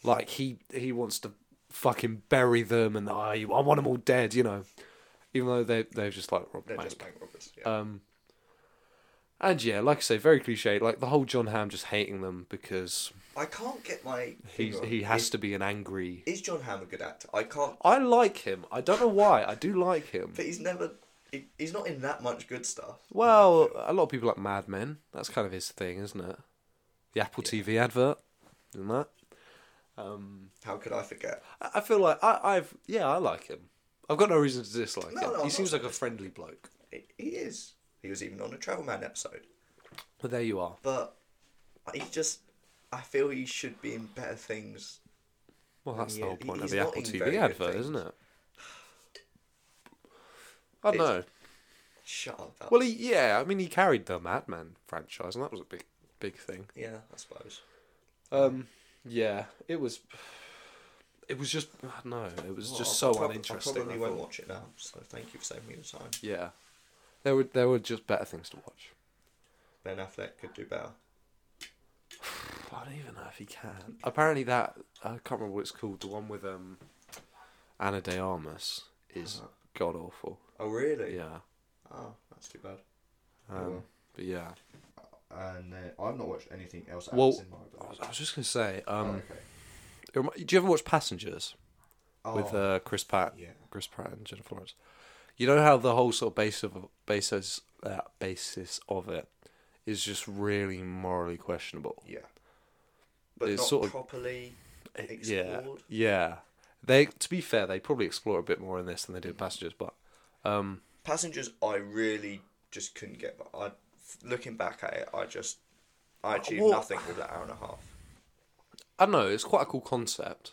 A: Like he he wants to fucking bury them, and I I want them all dead, you know. Even though they they're just like robbed
B: They're
A: bank.
B: just bank robbers. Yeah.
A: Um, and yeah, like I say, very cliche. Like the whole John Ham just hating them because
B: I can't get my.
A: he's,
B: finger on
A: he
B: it.
A: has
B: Is-
A: to be an angry.
B: Is John Hamm a good actor? I can't.
A: I like him. I don't know why. I do like him.
B: But he's never. He, he's not in that much good stuff.
A: Well, a lot of people like Mad Men. That's kind of his thing, isn't it? The Apple TV advert, isn't that? Um,
B: How could I forget?
A: I I feel like I, I've yeah, I like him. I've got no reason to dislike
B: No,
A: him.
B: no,
A: he
B: I'm
A: seems
B: not-
A: like a friendly bloke.
B: He- He is. He was even on a Travel Man episode.
A: But there you are.
B: But he just. I feel he should be in better things.
A: Well, that's the
B: Yeah,
A: whole
B: he-
A: point of
B: he's
A: the
B: not
A: Apple
B: in very
A: TV
B: good
A: advert,
B: things.
A: isn't
B: [sighs]
A: it? I don't know.
B: It's- Shut up. That
A: Well, he, yeah, I mean, he carried the Mad Men franchise, and that was a big, big thing.
B: Yeah, I suppose.
A: Um, yeah, it was. It was just I don't know. It was
B: Well,
A: just
B: I
A: so
B: prob-
A: uninteresting.
B: I probably
A: I
B: won't
A: thought.
B: watch it now. So thank you for saving me the time.
A: Yeah, there were there were just better things to watch.
B: Ben Affleck could do better.
A: I don't even know if he can. Apparently, that I can't remember what it's called. The one with um, Anna De Armas is god awful.
B: Oh really?
A: Yeah,
B: Oh, that's too bad.
A: um, but yeah.
B: And uh, I've not watched anything else.
A: Well,
B: else in my
A: I was, I was just gonna say. Um,
B: okay.
A: it remi- do you ever watch Passengers?
B: Oh,
A: with uh, Chris Pratt,
B: yeah.
A: Chris Pratt and Jennifer Lawrence. You know how the whole sort of base of basis uh, basis of it is just really morally questionable.
B: yeah. But
A: it's
B: not
A: sort of-
B: properly
A: Yeah,
B: explored. Mm.
A: yeah. They to be fair, they probably explore a bit more in this than they did in Passengers, but um,
B: Passengers, I really just couldn't get. But I, looking back at it, I just I achieved
A: Well-
B: nothing with that hour and a half.
A: I don't know. It's quite a cool concept,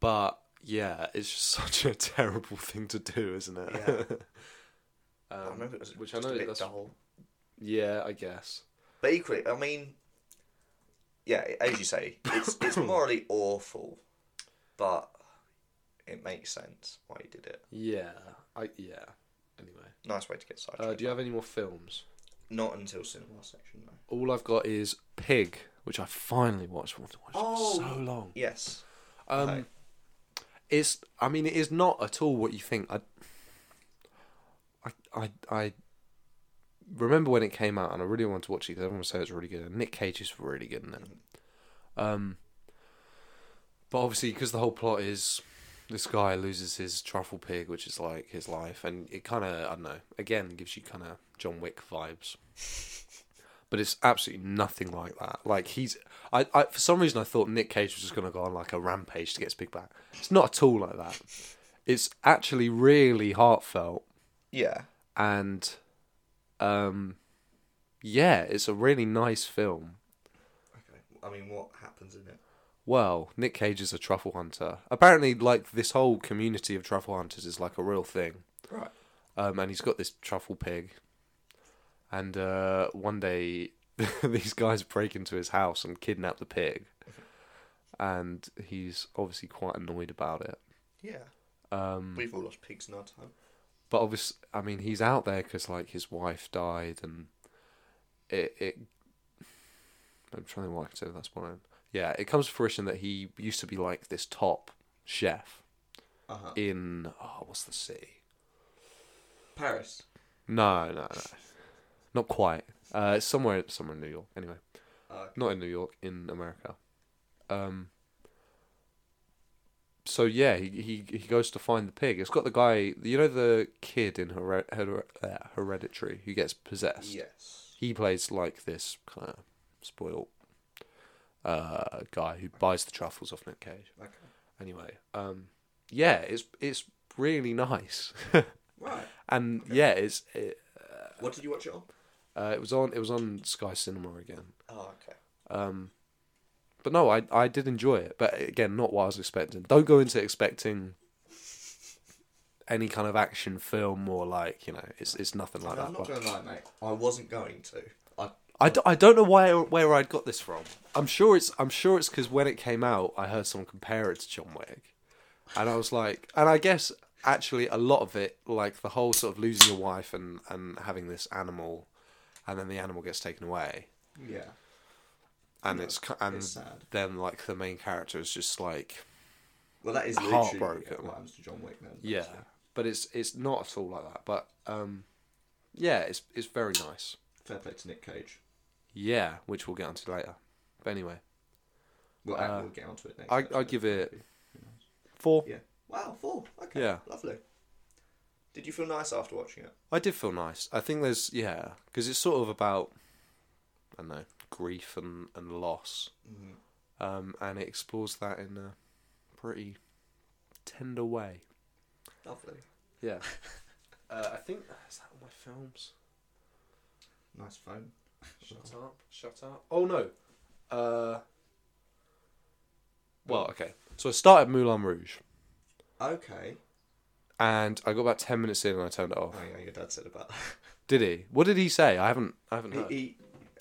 A: but yeah, it's just [laughs] such a terrible thing to do, isn't it?
B: Yeah. I remember it was
A: Um, which I
B: just
A: know
B: a bit
A: that's-
B: dull.
A: [laughs] Yeah, I guess.
B: But equally, I mean, yeah, as you say, it's [coughs] it's morally awful, but it makes sense why he did it.
A: Yeah, I yeah. Anyway,
B: Nice way to get sidetracked.
A: uh, do you have any more films?
B: Not until cinema section though.
A: All I've got is Pig, which I finally watched. I wanted to watch
B: Oh.
A: it for so long.
B: Yes.
A: Um,
B: Okay.
A: It's. I mean, it is not at all what you think. I. I. I. I remember when it came out, and I really wanted to watch it because everyone said it's really good. And Nick Cage is really good in it. Um. But obviously, because the whole plot is this guy loses his truffle pig, which is like his life, and it kind of I don't know. Again, gives you kind of John Wick vibes. But it's absolutely nothing like that. Like he's, I, I for some reason I thought Nick Cage was just gonna go on like a rampage to get his pig back. It's not at all like that. It's actually really heartfelt
B: Yeah.
A: and, um, yeah, it's a really nice film.
B: Okay. I mean, what happens in it?
A: Well, Nick Cage is a truffle hunter. Apparently, like this whole community of truffle hunters is like a real thing.
B: Right.
A: Um, and he's got this truffle pig. And uh, one day, [laughs] these guys break into his house and kidnap the pig. And he's obviously quite annoyed about it.
B: Yeah. Um, We've all lost pigs in our time.
A: But obviously, I mean, he's out there because like his wife died, and it it. I'm trying to work to that's what I'm. Yeah, it comes to fruition that he used to be like this top chef
B: Uh-huh.
A: in oh, what's the city?
B: Paris.
A: No, no, no, not quite. Uh, it's somewhere, somewhere in New York. Anyway,
B: Uh,
A: not in New York, in America. Um. So yeah, he, he he goes to find the pig. It's got the guy, you know, the kid in Hered- Hered- uh, Hereditary who gets possessed.
B: yes.
A: He plays like this kind of spoiled uh, guy who buys the truffles off Nick Cage.
B: Okay.
A: Anyway, um, yeah, it's it's really nice, [laughs]
B: Right.
A: and yeah, it's it,
B: What did you watch it on?
A: uh, it was on it was on Sky Cinema again.
B: Oh, okay.
A: But no, I I did enjoy it. But again, not what I was expecting. Don't go into expecting any kind of action film or like you know, it's it's nothing like that.
B: I'm not
A: But
B: going to lie, mate. I wasn't going to. I
A: I, d- I don't know why where I'd got this from. I'm sure it's I'm sure it's because when it came out, I heard someone compare it to John Wick, and I was like, and I guess actually a lot of it, like the whole sort of losing your wife and and having this animal, and then the animal gets taken away.
B: yeah.
A: And it's ki- and
B: it's sad.
A: then like the main character is just like
B: Well, that is literally what
A: Heartbroken.
B: happens to John Wick then.
A: Yeah,
B: actually.
A: but it's it's not at all like that. But um, yeah, it's it's very nice.
B: Fair play to Nick Cage.
A: Yeah, which we'll get onto later. But anyway,
B: Well, and we'll get onto it next.
A: Uh, I
B: actually.
A: I give it four.
B: Yeah. Wow, four. Okay.
A: Yeah.
B: Lovely. Did you feel nice after watching it?
A: I did feel nice. I think there's yeah, because it's sort of about I don't know grief and and loss, um, and it explores that in a pretty tender way.
B: Lovely.
A: [laughs] Yeah, uh, I think is that all my films.
B: Nice phone.
A: Shut up! Shut up! Oh no. Uh. Well, okay. So I started Moulin Rouge,
B: Okay.
A: and I got about ten minutes in, and I turned it off.
B: Oh yeah, your dad said about that.
A: Did he? What did he say? I haven't. I haven't heard.
B: he, he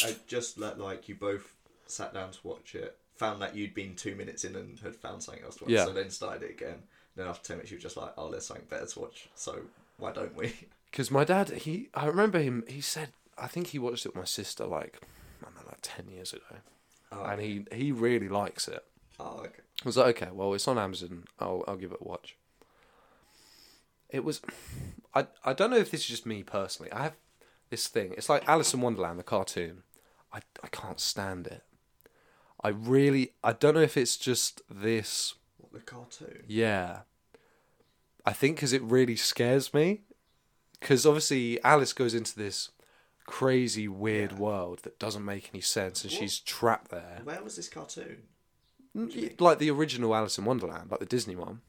B: I just let like you both sat down to watch it, found that you'd been two minutes in and had found something else to watch,
A: Yeah.
B: so then started it again. Then after ten minutes, you were just like, "Oh, there's something better to watch." So why don't we? [laughs]
A: Because my dad, he, I remember him. He said, I think he watched it with my sister, like, I don't know, like ten years ago,
B: Oh,
A: and he he really likes it.
B: oh okay.
A: I was like, okay, well, it's on Amazon. I'll I'll give it a watch. It was, I I don't know if this is just me personally. I have this thing. It's like Alice in Wonderland, the cartoon. I I can't stand it. I really I don't know if it's just this.
B: What the cartoon?
A: Yeah, I think because it really scares me. Because obviously Alice goes into this crazy weird world that doesn't make any sense, and she's trapped there.
B: Where was this cartoon?
A: N- Like the original Alice in Wonderland, like the Disney one.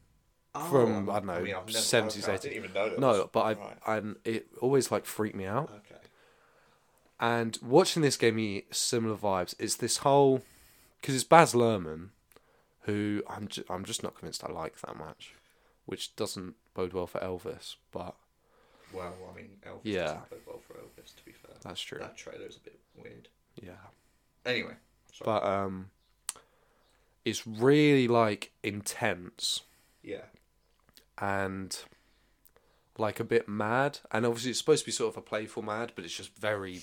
A: from I don't
B: Oh, I mean,
A: know
B: I've never-
A: seventies
B: okay, I
A: eighties.
B: didn't even know that was-
A: No, but I
B: right.
A: and it always like freaked me out.
B: Okay.
A: And watching this gave me similar vibes. It's this whole because it's Baz Luhrmann, who I'm ju- I'm just not convinced I like that much, which doesn't bode well for Elvis. But
B: Well, I mean, Elvis
A: Yeah.
B: doesn't bode well for Elvis, to be fair.
A: That's true.
B: That trailer's a bit weird.
A: yeah,
B: Anyway, sorry.
A: but um, it's really like intense
B: yeah,
A: and like a bit mad. And obviously, it's supposed to be sort of a playful mad, but it's just very.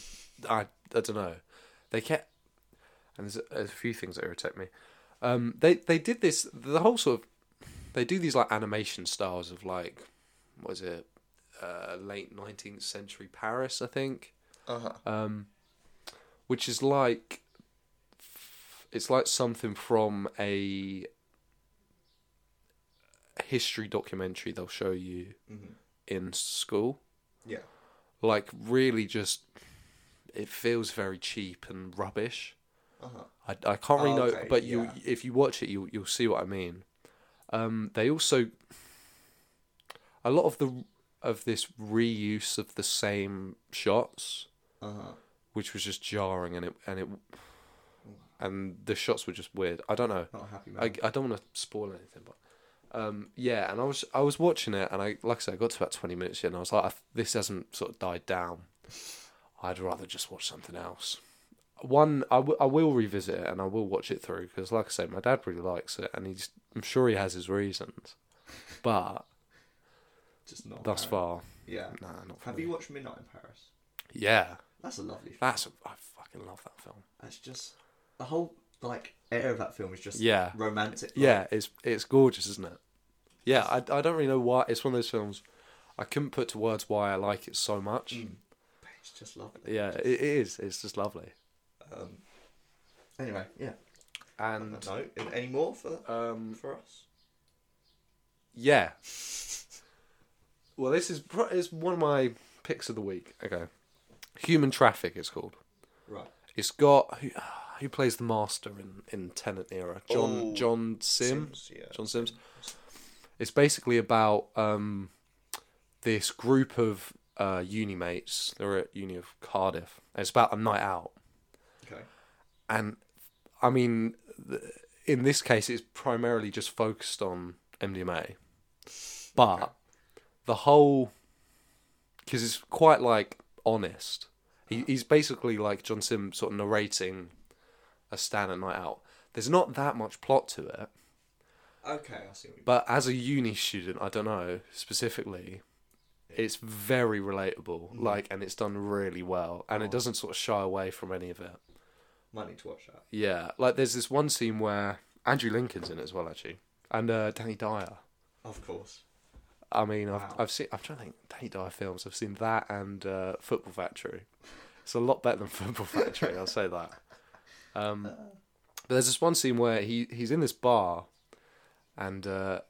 A: I I don't know. They kept, and there's a, a few things that irritate me. Um, they they did this the whole sort of they do these like animation styles of like what is it uh, late nineteenth century Paris I think Um,
B: uh-huh.
A: which is like it's like something from a history documentary they'll show you
B: Mm-hmm.
A: in school
B: yeah,
A: like really just it feels very cheap and rubbish
B: uh-huh.
A: I, I can't really
B: Oh,
A: know,
B: okay,
A: but you
B: yeah.
A: if you watch it, you'll you'll see what I mean. Um, they also a lot of the of this reuse of the same shots,
B: Uh-huh.
A: which was just jarring, and it and it and the shots were just weird. I don't know.
B: Not a happy man.
A: I, I don't want to spoil anything, but um, yeah. And I was I was watching it, and I like I said, I got to about twenty minutes in, and I was like, I, this hasn't sort of died down. I'd rather just watch something else. One, I, w- I will revisit it and I will watch it through because, like I say, my dad really likes it, and he's I'm sure he has his reasons. But
B: Just not.
A: thus
B: Paris.
A: far,
B: Yeah.
A: nah, not for
B: Have
A: me.
B: you watched Midnight in Paris?
A: Yeah,
B: That's a lovely film.
A: that's I fucking love that film.
B: That's just the whole like air of that film is just
A: Yeah.
B: romantic. like,
A: Yeah, it's it's gorgeous, isn't it? Yeah, I, I don't really know why. It's one of those films I couldn't put to words why I like it so much.
B: It's just lovely.
A: Yeah, it, it is. It's just lovely.
B: Anyway, yeah.
A: And
B: No, any more for
A: Um,
B: for us?
A: yeah. [laughs] Well, this is pro- is one of my picks of the week. Okay, Human Traffic. It's called.
B: Right.
A: It's got who, [sighs] who plays the master in in Tenant era. John
B: Oh,
A: John Sims.
B: Sims, yeah.
A: John Sims. It's basically about um, this group of uh, uni mates. They're at uni of Cardiff. And it's about a night out,
B: Okay.
A: and I mean, th- in this case, it's primarily just focused on MDMA, but the whole because it's quite like honest. He, he's basically like John Sim sort of narrating a stand at night out. There's not that much plot to it,
B: Okay, I see. What you
A: but as a uni student, I don't know specifically. It's very relatable, like, and it's done really well, and it doesn't sort of shy away from any of it.
B: Might need to watch that.
A: Yeah, like there's this one scene where Andrew Lincoln's in it as well, actually, and uh, Danny Dyer.
B: Of course.
A: I mean, I've
B: Wow.
A: I've seen. I'm trying to think. Danny Dyer films. I've seen that and uh, Football Factory. It's a lot better than [laughs] Football Factory. I'll say that. Um, but there's this one scene where he he's in this bar, and uh,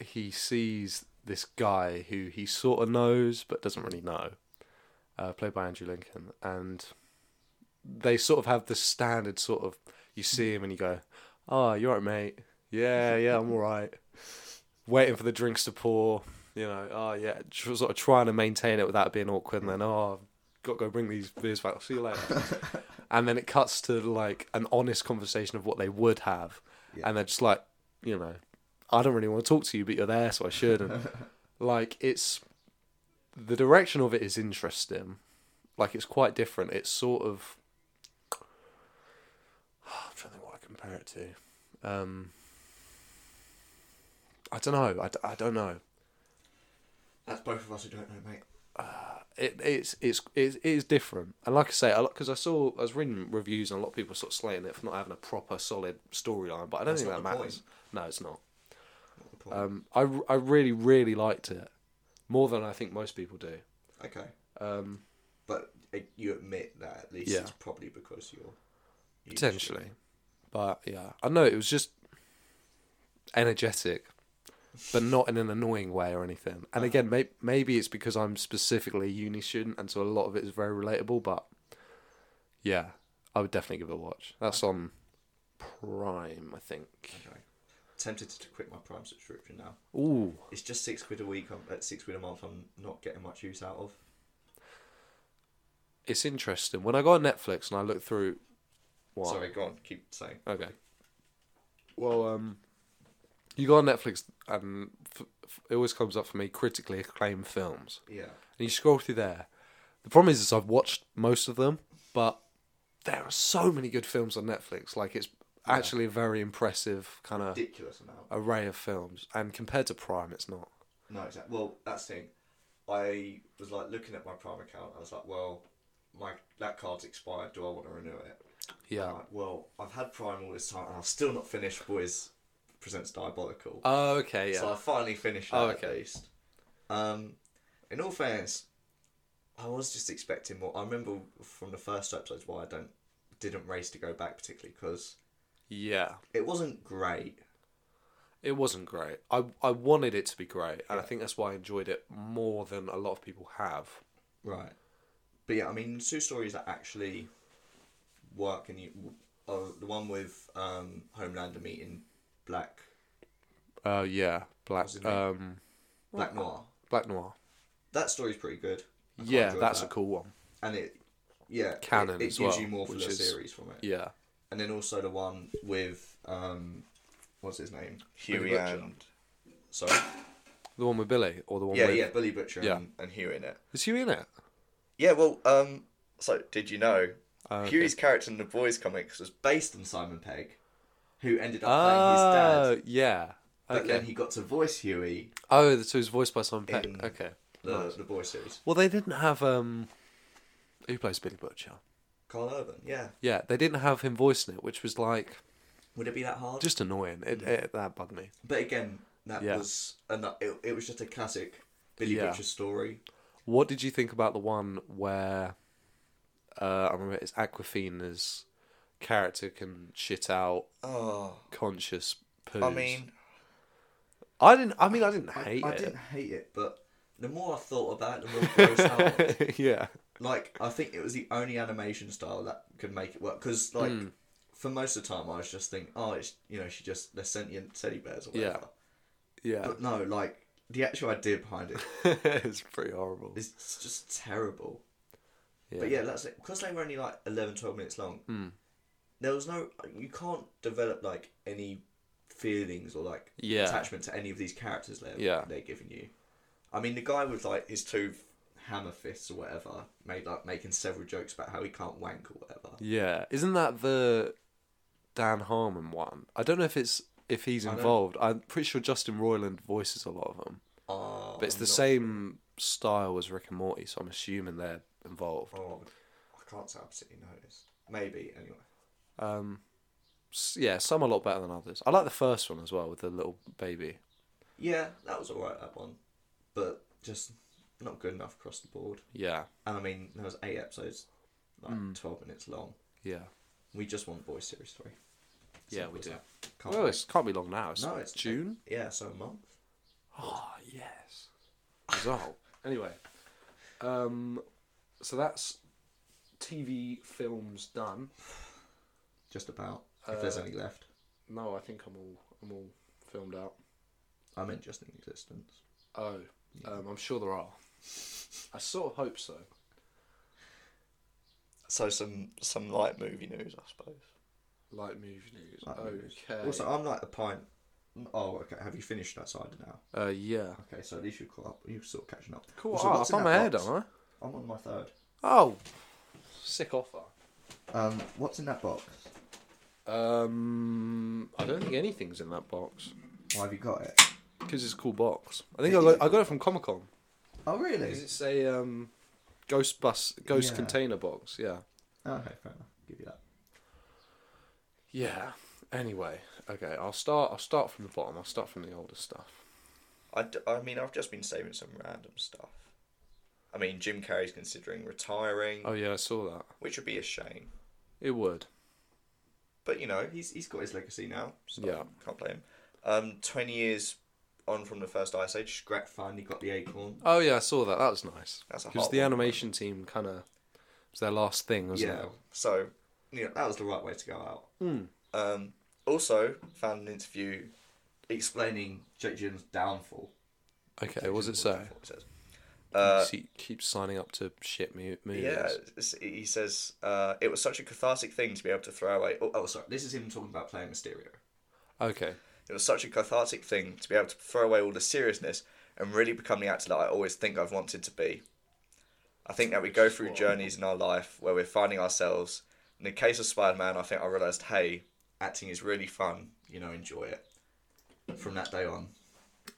A: he sees this guy who he sort of knows but doesn't really know, uh, played by Andrew Lincoln, and they sort of have the standard sort of you see him and you go, "Oh, you're right, mate. Yeah, yeah, I'm all right." Waiting for the drinks to pour, you know. Oh yeah, tr- sort of trying to maintain it without being awkward, and then oh, I've got to go bring these beers back. see you later. and then it cuts to like an honest conversation of what they would have, and they're just like, you know, I don't really want to talk to you, but you're there, so I should. And like, it's the direction of it is interesting. Like, it's quite different. It's sort of [sighs] I'm trying to think what I compare it to. Um, I don't know. I, d- I don't know.
B: That's both of us who don't know, mate.
A: It it's it's it, it is different. And like I say, a lot because I saw I was reading reviews and a lot of people sort of slating it for not having a proper solid storyline. But I don't think that
B: not the
A: matters.
B: point.
A: No, it's not.
B: Not the point.
A: Um, I r- I really really liked it more than I think most people do.
B: okay.
A: Um,
B: But uh, you admit that at least
A: Yeah.
B: it's probably because you're you-
A: potentially, but yeah, I know it was just energetic, but not in an annoying way or anything. And again, may- maybe it's because I'm specifically a uni student, and so a lot of it is very relatable. But yeah, I would definitely give it a watch. That's on Prime, I think.
B: Okay. tempted to quit my Prime subscription now.
A: Ooh,
B: It's just six quid a week, I'm, at six quid a month. I'm not getting much use out of.
A: it's interesting. When I go on Netflix and I look through, what?
B: Sorry, go on. Keep saying.
A: Okay. Well, um, you go on Netflix and f- f- it always comes up for me critically acclaimed films,
B: Yeah.
A: and you scroll through there. The problem is, is I've watched most of them, but there are so many good films on Netflix. Like it's actually a very impressive kind of
B: Ridiculous amount.
A: array of films, and compared to Prime, it's not.
B: No, exactly. Well, that's the thing. I was like looking at my Prime account. I was like, well, my that card's expired. Do I want to renew it?
A: Yeah.
B: I'm like, well, I've had Prime all this time, and I've still not finished Boys Presents Diabolical.
A: Oh, okay. Yeah.
B: So I finally finished that
A: Oh,
B: at
A: okay.
B: least. Um, in all fairness, I was just expecting more. I remember from the first episodes why I don't didn't race to go back particularly because
A: yeah.
B: it wasn't great.
A: It wasn't great. I I wanted it to be great, and I think that's why I enjoyed it more than a lot of people have.
B: Right. But yeah, I mean, two stories that actually work, and you, oh, the one with um, Homelander meeting Black
A: Uh, yeah, Black
B: his name?
A: um
B: Black Noir.
A: Black Noir.
B: That story's pretty good. I quite
A: Yeah,
B: enjoyed
A: that's
B: that.
A: a cool one.
B: and it, yeah, it-
A: Canon
B: It,
A: as
B: gives
A: well,
B: you more for
A: which
B: the
A: is-
B: series from it.
A: Yeah,
B: And then also the one with um, what's his name?
A: Huey
B: Billy Butcher.
A: and-
B: Sorry.
A: the one with Billy or the one
B: Yeah,
A: with
B: yeah, Billy Butcher
A: Yeah.
B: and, and Huey in it.
A: is Huey in it?
B: Yeah, well, um, so did you know
A: Oh, okay.
B: Huey's character in the Boys comics was based on Simon Pegg, who ended up playing his
A: Oh,
B: dad,
A: yeah.
B: Uh, but
A: Okay.
B: then he got to voice Huey
A: Oh, so he's voiced by Simon Pegg.
B: In-
A: Okay.
B: the the Boy series.
A: Well, they didn't have um, who plays Billy Butcher?
B: Carl Urban, yeah.
A: Yeah, they didn't have him voicing it, which was like
B: Would it be that hard?
A: just annoying. It, it that bugged me.
B: but again, that
A: Yeah.
B: was and that, it, it was just a classic Billy
A: Yeah.
B: Butcher story.
A: What did you think about the one where uh, I remember it's Aquafina's character can shit out
B: Oh,
A: conscious poos?
B: I mean,
A: I didn't. I mean, I didn't hate
B: I
A: it. [laughs]
B: didn't hate it, but the more I thought about it, the more gross out.
A: yeah.
B: Like, I think it was the only animation style that could make it work. Because, like, for most of the time, I was just thinking, oh, it's you know, she just they're sentient teddy bears or whatever.
A: Yeah. Yeah. [laughs]
B: But no, like the actual idea behind it
A: it's pretty horrible.
B: is just terrible.
A: Yeah. Hmm.
B: But yeah, that's it. Because they were only like 11, 12 minutes long. There was no, you can't develop like any feelings or like
A: Yeah.
B: attachment to any of these characters they're
A: Yeah.
B: they're giving you. I mean, the guy with like his two hammer fists or whatever made like making several jokes about how he can't wank or whatever.
A: Yeah. Isn't that the Dan Harmon one? I don't know if it's if he's involved. I'm pretty sure Justin Roiland voices a lot of them,
B: Oh,
A: but it's the same style as Rick and Morty, so I'm assuming they're involved.
B: oh, I can't say I absolutely noticed. Maybe anyway.
A: Um, S- Yeah, some a lot better than others. I like the first one as well with the little baby.
B: Yeah, that was alright that one, but just not good enough across the board.
A: Yeah.
B: And I mean, there was eight episodes, like
D: Hmm.
B: twelve minutes long.
A: Yeah.
B: We just want boys series three.
A: Yeah,
B: Simple
A: we
B: as
A: do.
B: that. Can't
A: Well,
B: wait.
A: it can't be long now. It's,
B: Oh. no, it's
A: June.
B: Yeah, so a month.
A: Oh yes. Result. anyway, um, so that's TV films done.
B: Just about. If
A: Uh,
B: there's any left,
A: No, I think I'm all I'm all filmed out.
B: I meant just in existence.
A: Oh, um, I'm sure there are. I sort of hope so.
D: So some some light movie news, I suppose.
A: Like movie news.
B: Like movies.
A: okay.
B: Also, I'm like a pint. Oh, okay. Have you finished that side now?
A: Uh, yeah.
B: Okay, so at least you're caught up. You're sort of catching up.
A: Cool.
B: Also,
A: oh,
B: what's
A: I've
B: in
A: got
B: that
A: my head,
B: box?
A: am I?
B: I'm on my third.
A: Oh, sick offer.
B: Um, what's in that box?
A: Um, I don't think anything's in that box
B: Why have you got it?
A: because it's a cool box. I think I got, I got it from Comic Con.
B: Oh, really?
A: Because it's a um, ghost bus, ghost
B: Yeah.
A: container box. Yeah.
B: Okay, fair enough. Give you that.
A: Yeah. Anyway, okay. I'll start. I'll start from the bottom. I'll start from the older stuff.
D: I, d- I mean, I've just been saving some random stuff. I mean, Jim Carrey's considering retiring,
A: Oh yeah, I saw that.
D: which would be a shame.
A: It would.
D: But you know,
B: He's he's got his legacy now.
D: so
A: Yeah.
D: can't blame him. Um, twenty years on from the first Ice Age,
B: Grat finally got the acorn.
A: Oh yeah, I saw that. That was nice.
D: That's a
A: Because
D: hot
A: the
D: one.
A: animation team kind of was their last thing, wasn't
B: Yeah.
A: it?
D: so
A: Hmm.
B: Yeah, that was the right way to go out.
D: Um, also, found an interview
B: explaining Jake Gyllenhaal's downfall.
A: Okay, was it so?
D: What it says. Uh,
A: he keeps signing up to shit mu- movies.
D: yeah, it's- he says uh, it was such a cathartic thing to be able to throw away. Oh,
B: Oh, sorry. This is him talking about playing Mysterio.
A: Okay.
D: It was such a cathartic thing to be able to throw away all the seriousness and really become the actor that I always think I've wanted to be. I think that we go through journeys in our life where we're finding ourselves. In the case of Spider Man, I think I realised, hey, acting is really fun.
B: You know, enjoy it. From that day on,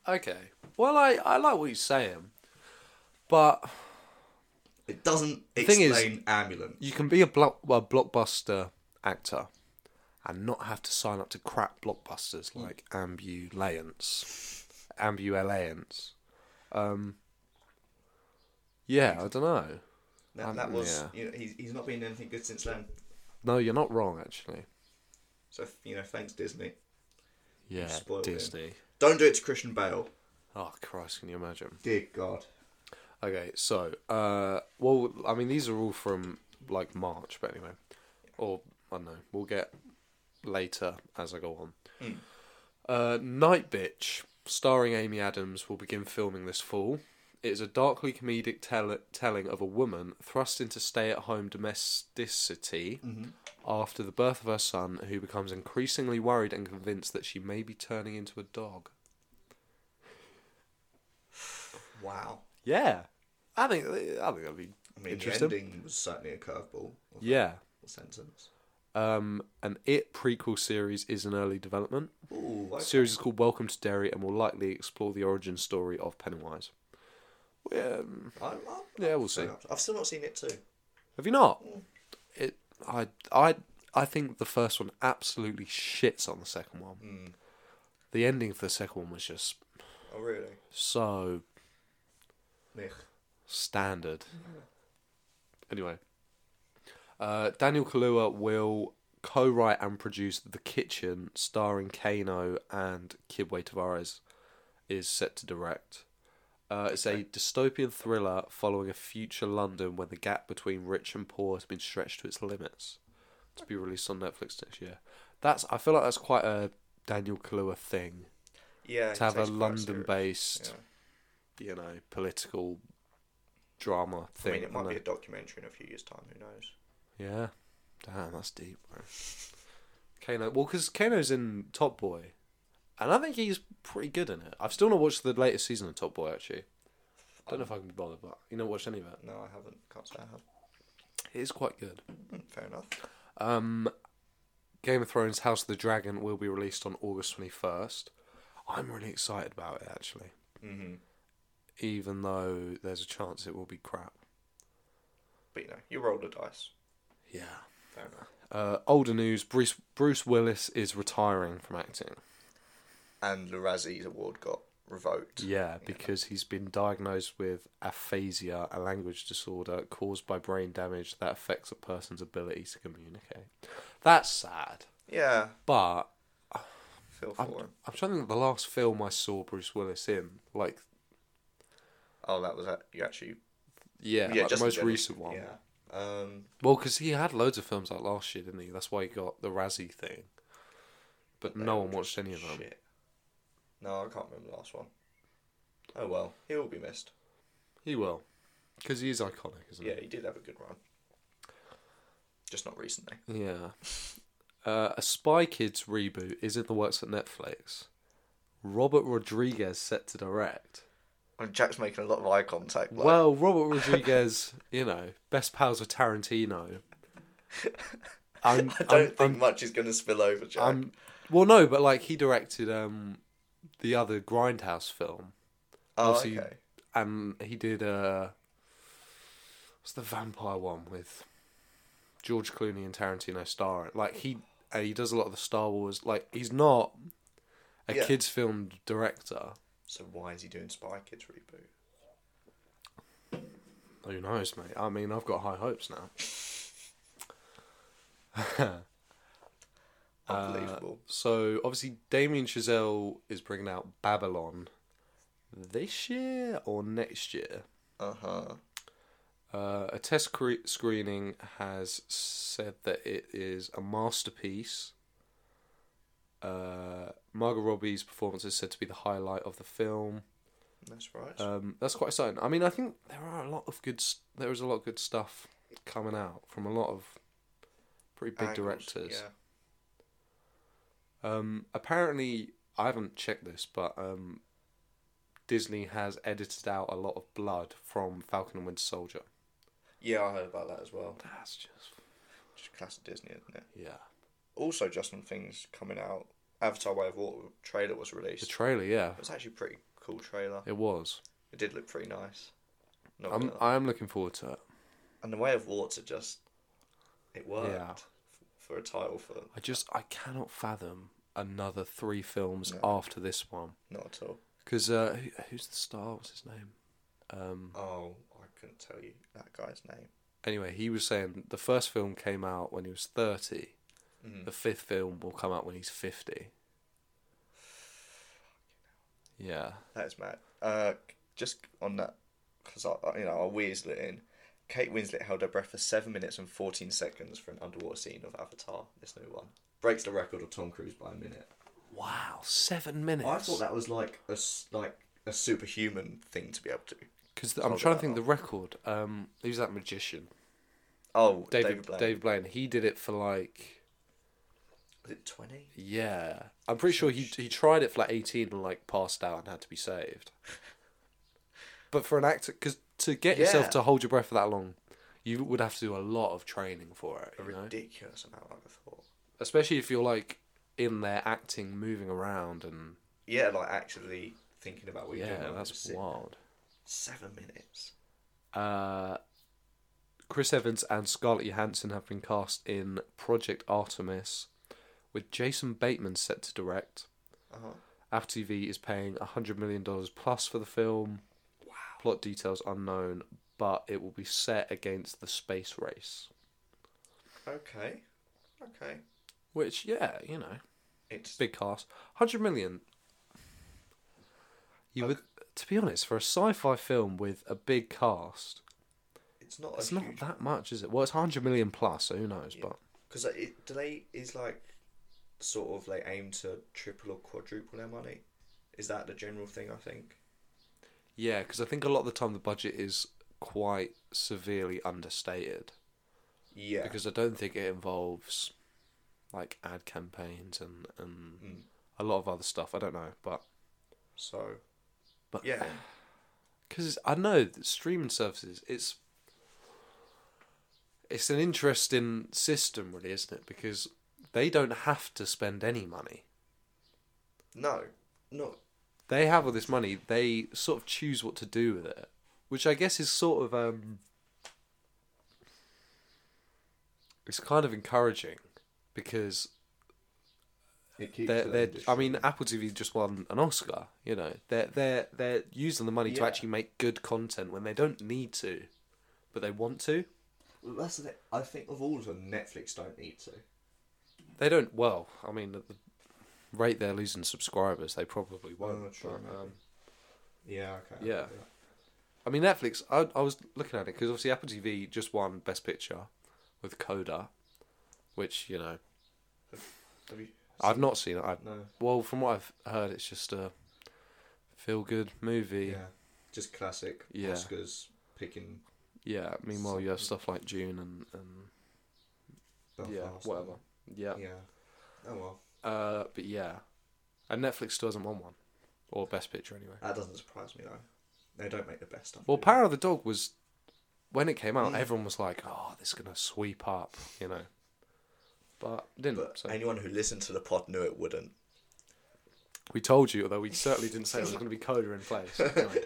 A: Okay. Well, I, I like what you're saying, but
B: it doesn't
A: thing
B: explain
A: is-
B: ambulance.
A: you can be a, block, a blockbuster actor and not have to sign up to crap blockbusters
D: Hmm.
A: like Ambulance. Ambulance. Um, yeah, I don't know.
B: That,
A: Um,
B: that was.
A: yeah.
B: You know, he's, he's not been in anything good since then.
A: No, you're not wrong, actually.
B: So you know, thanks Disney.
A: Yeah,
B: spoiled him.
A: Disney.
B: Don't do it to Christian Bale.
A: Oh, Christ, can you imagine?
B: Dear God.
A: Okay, so uh, well, I mean, these are all from like March, but anyway, or I don't know. We'll get later as I go on. Uh, Night Bitch, starring Amy Adams, will begin filming this fall. It is a darkly comedic tell- telling of a woman thrust into stay-at-home domesticity after the birth of her son, who becomes increasingly worried and convinced that she may be turning into a dog.
B: Wow.
A: Yeah, I think I think that'd be
B: I mean,
A: Interesting.
B: the ending was certainly a curveball. Or
A: yeah.
B: sentence.
A: Um, an It prequel series is in early development.
B: Ooh,
A: The
B: okay.
A: series is called Welcome to Derry and will likely explore the origin story of Pennywise. Well, um,
B: I, I,
A: yeah, we'll see.
B: fair enough. I've still not seen it too.
A: Have you not? It, I, I, I think the first one absolutely shits on the second one.
B: Hmm.
A: The ending for the second one was just
D: Oh, really?
A: so
D: Mech.
A: standard. Anyway, uh, Daniel Kaluuya will co-write and produce *The Kitchen*, starring Kano and Kidway Tavares, is set to direct. Uh, it's a dystopian thriller following a future London when the gap between rich and poor has been stretched to its limits. To be released on Netflix next year. That's I feel like that's quite a Daniel Kaluuya thing
D: Yeah.
A: to have a
D: takes quite serious.
A: London-based,
D: Yeah.
A: you know, political drama
D: I
A: thing.
D: mean, it
A: isn't
D: might be
A: it?
D: a documentary in a few years' time. Who knows?
A: Yeah. Damn, that's deep, bro. Kano. Well, because Kano's in Top Boy. And I think he's pretty good in it. I've still not watched the latest season of Top Boy, actually. Don't know if I can be bothered, but you not watched any of it.
D: No, I haven't. Can't say I have.
A: It is quite good.
D: Hmm, Fair enough.
A: Um, Game of Thrones House of the Dragon will be released on August 21st. I'm really excited about it, actually.
D: Mhm.
A: Even though there's a chance it will be crap.
D: But you know, you roll the dice.
A: Yeah.
D: Fair enough.
A: Uh, older news Bruce, Bruce Willis is retiring from acting.
D: And Lurazi's award got revoked.
A: Yeah, because he's been diagnosed with aphasia, a language disorder caused by brain damage that affects a person's ability to communicate. That's sad.
D: Yeah.
A: But
D: Feel for
A: I'm,
D: him.
A: I'm trying to think of the last film I saw Bruce Willis in. Like,
D: Oh, that was that. You actually.
A: yeah, like the
D: Justin
A: most
D: Bieber.
A: recent one. Well, 'cause
D: Yeah. Um,
A: Well, because he had loads of films out last year, didn't he? That's why he got the Razzie thing. But no one watched any of them.
D: shit. No, I can't remember the last one. Oh well, he will be missed.
A: He will. Because he is iconic, isn't he?
D: Yeah, he did have a good run. Just not recently.
A: Yeah. Uh, a Spy Kids reboot is in the works at Netflix. Robert Rodriguez set to direct.
D: And Jack's making a lot of eye contact. Like,
A: Well, Robert Rodriguez, [laughs] you know, best pals with Tarantino. I'm,
D: [laughs] I
A: I
D: don't
A: am
D: think much is going to spill over, Jack.
A: I'm, well, no, but like he directed um, the other Grindhouse film,
D: oh,
A: obviously-
D: okay.
A: and he did uh, what's the vampire one with George Clooney and Tarantino star? Like he and he does a lot of the Star Wars. Like he's not a
D: Yeah.
A: kids film director.
D: So why is he doing Spy Kids reboot?
A: Who knows, mate? I mean, I've got high hopes now.
D: Unbelievable.
A: So obviously, Damien Chazelle is bringing out Babylon this year or next year.
D: Uh huh.
A: Uh, a test cre- screening has said that it is a masterpiece, uh, Margot Robbie's performance is said to be the highlight of the film.
D: That's right.
A: Um, that's quite exciting. I mean, I think there are a lot of good. s- There is a lot of good stuff coming out from a lot of pretty big
D: Angles,
A: directors.
D: Yeah.
A: Um, apparently, I haven't checked this, but um, Disney has edited out a lot of blood from Falcon and Winter Soldier.
D: Yeah, I heard about that as well.
A: That's just
D: Just classic Disney, isn't it?
A: yeah.
D: Also, just when things coming out, Avatar: Way of Water trailer was
A: The
D: released.
A: trailer, yeah,
D: It was actually a pretty cool trailer.
A: it was.
D: It did look pretty nice. Not
A: I'm
D: gonna lie.
A: I am looking forward to it.
D: And the Way of Water just it worked
A: Yeah.
D: f- for a title for
A: I just I cannot fathom another three films after this one
D: not at all.
A: because uh, who, who's the star? What's his name? Mm.
D: Oh, I couldn't tell you that guy's name.
A: Anyway, he was saying the first film came out when he was 30 The fifth film will come out when he's fifty. Yeah.
D: That is mad. Uh, just on that, because I, I- you know, I weasel it in. Kate Winslet held her breath for seven minutes and fourteen seconds for an underwater scene of Avatar, this new one.
B: Breaks the record of Tom Cruise by a minute.
A: Wow, seven minutes.
B: I thought that was like a s- like
D: A superhuman thing to be able to. do.
A: because I'm trying to think the record. Um, who's that magician?
D: Oh, David,
A: David
D: Blaine.
A: David Blaine. He did it for like
D: Was it twenty?
A: yeah. I'm pretty sure he he tried it for like 18 and like passed out and had to be [laughs] saved. but for an actor, because to get yourself
D: Yeah.
A: to hold your breath for that long, you would have to do a lot of training for it.
D: A
A: You know?
D: ridiculous amount, like I thought.
A: Especially if you're like in there acting, moving around, and
D: Yeah, like actually thinking about what you're
A: yeah,
D: doing.
A: that's
D: like,
A: wild.
D: Seven minutes.
A: Uh, Chris Evans and Scarlett Johansson have been cast in Project Artemis, with Jason Bateman set to direct.
D: Uh-huh.
A: Apple TV is paying $100 million plus for the film. Wow. Plot details unknown, but it will be set against the space race.
D: Okay. Okay.
A: Which, yeah, you know,
D: It's
A: big cast. 100 million. You would, to be honest, for a sci fi film with a big cast,
D: it's not.
A: it's
D: a
A: not
D: huge
A: that much, is it? Well, it's 100 million plus, so who knows, but.
D: Because it, do they is like sort of like aim to triple or quadruple their money? Is that the general thing? I think.
A: Yeah, because I think a lot of the time the budget is quite severely understated
D: Yeah.
A: because I don't think it involves like ad campaigns and and a lot of other stuff. I don't know, but
D: so.
A: But-
D: yeah,
A: because I know that streaming services, it's it's an interesting system, really, isn't it? Because they don't have to spend any money.
D: no, not
A: They have all this money. They sort of choose what to do with it, which I guess is sort of um, it's kind of encouraging because
B: it keeps.
A: they're,
B: the
A: they're
B: industry-
A: I mean Apple TV just won an Oscar, you know. They're they're they're using the money to
D: Yeah.
A: actually make good content when they don't need to, but they want to.
B: Well, that's the thing. I think of all of them, Netflix don't need to.
A: They don't. Well, I mean, at the rate they're losing subscribers, they probably won't.
B: Oh, true,
A: but,
B: maybe.
A: um,
B: Yeah. Okay.
A: Yeah. I mean, Netflix. I I was looking at it because obviously Apple TV just won Best Picture with Coda, which you know
D: have you,
A: I've not seen it. I
B: No.
A: well, from what I've heard, it's just a feel good movie.
B: Yeah. Just classic
A: Yeah.
B: Oscars picking.
A: Yeah, Meanwhile, you have stuff like June and and yeah,
B: Belfast.
A: whatever. Yeah.
B: Yeah. Oh well,
A: Uh, but yeah, and Netflix still hasn't won one, or Best Picture anyway.
B: that doesn't surprise me though. They don't make the best stuff.
A: Well,
B: do they?
A: Power of the Dog was when it came out, everyone was like, "Oh, this is gonna sweep up," you know. But it didn't.
D: but
A: so
D: anyone who listened to the pod knew it wouldn't.
A: we told you, although we certainly didn't say it was gonna be Coda in place. Anyway.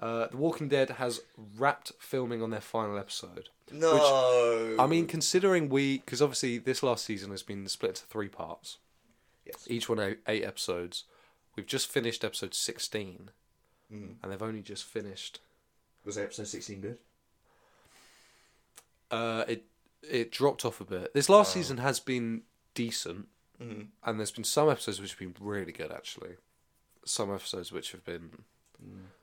A: Uh, the Walking Dead has wrapped filming on their final episode.
D: No.
A: I mean, considering we, because obviously this last season has been split into three parts.
D: Yes.
A: Each one eight, eight episodes. We've just finished episode sixteen, and they've only just finished.
B: was episode sixteen good?
A: Uh, it it dropped off a bit. This last season has been decent, and there's been some episodes which have been really good actually. Some episodes which have been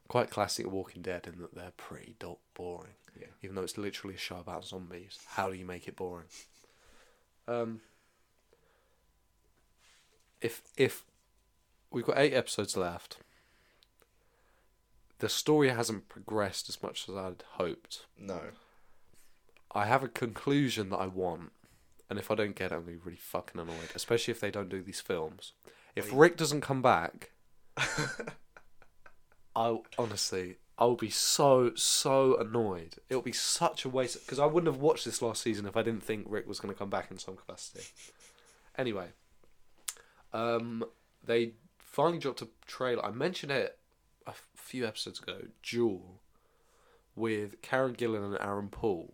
A: quite classic Walking Dead in that they're pretty dull, boring.
B: Yeah.
A: Even though it's literally a show about zombies, how do you make it boring? Um, if if we've got eight episodes left. The story hasn't progressed as much as I'd hoped.
B: No.
A: I have a conclusion that I want, and if I don't get it, I'm gonna be really fucking annoyed. Especially if they don't do these films. If Rick doesn't come back, I honestly, I will be so so annoyed. It'll be such a waste because I wouldn't have watched this last season if I didn't think Rick was gonna come back in some capacity. Anyway, um, they finally dropped a trailer. I mentioned it a f- few episodes ago. Jewel with Karen Gillan and Aaron Paul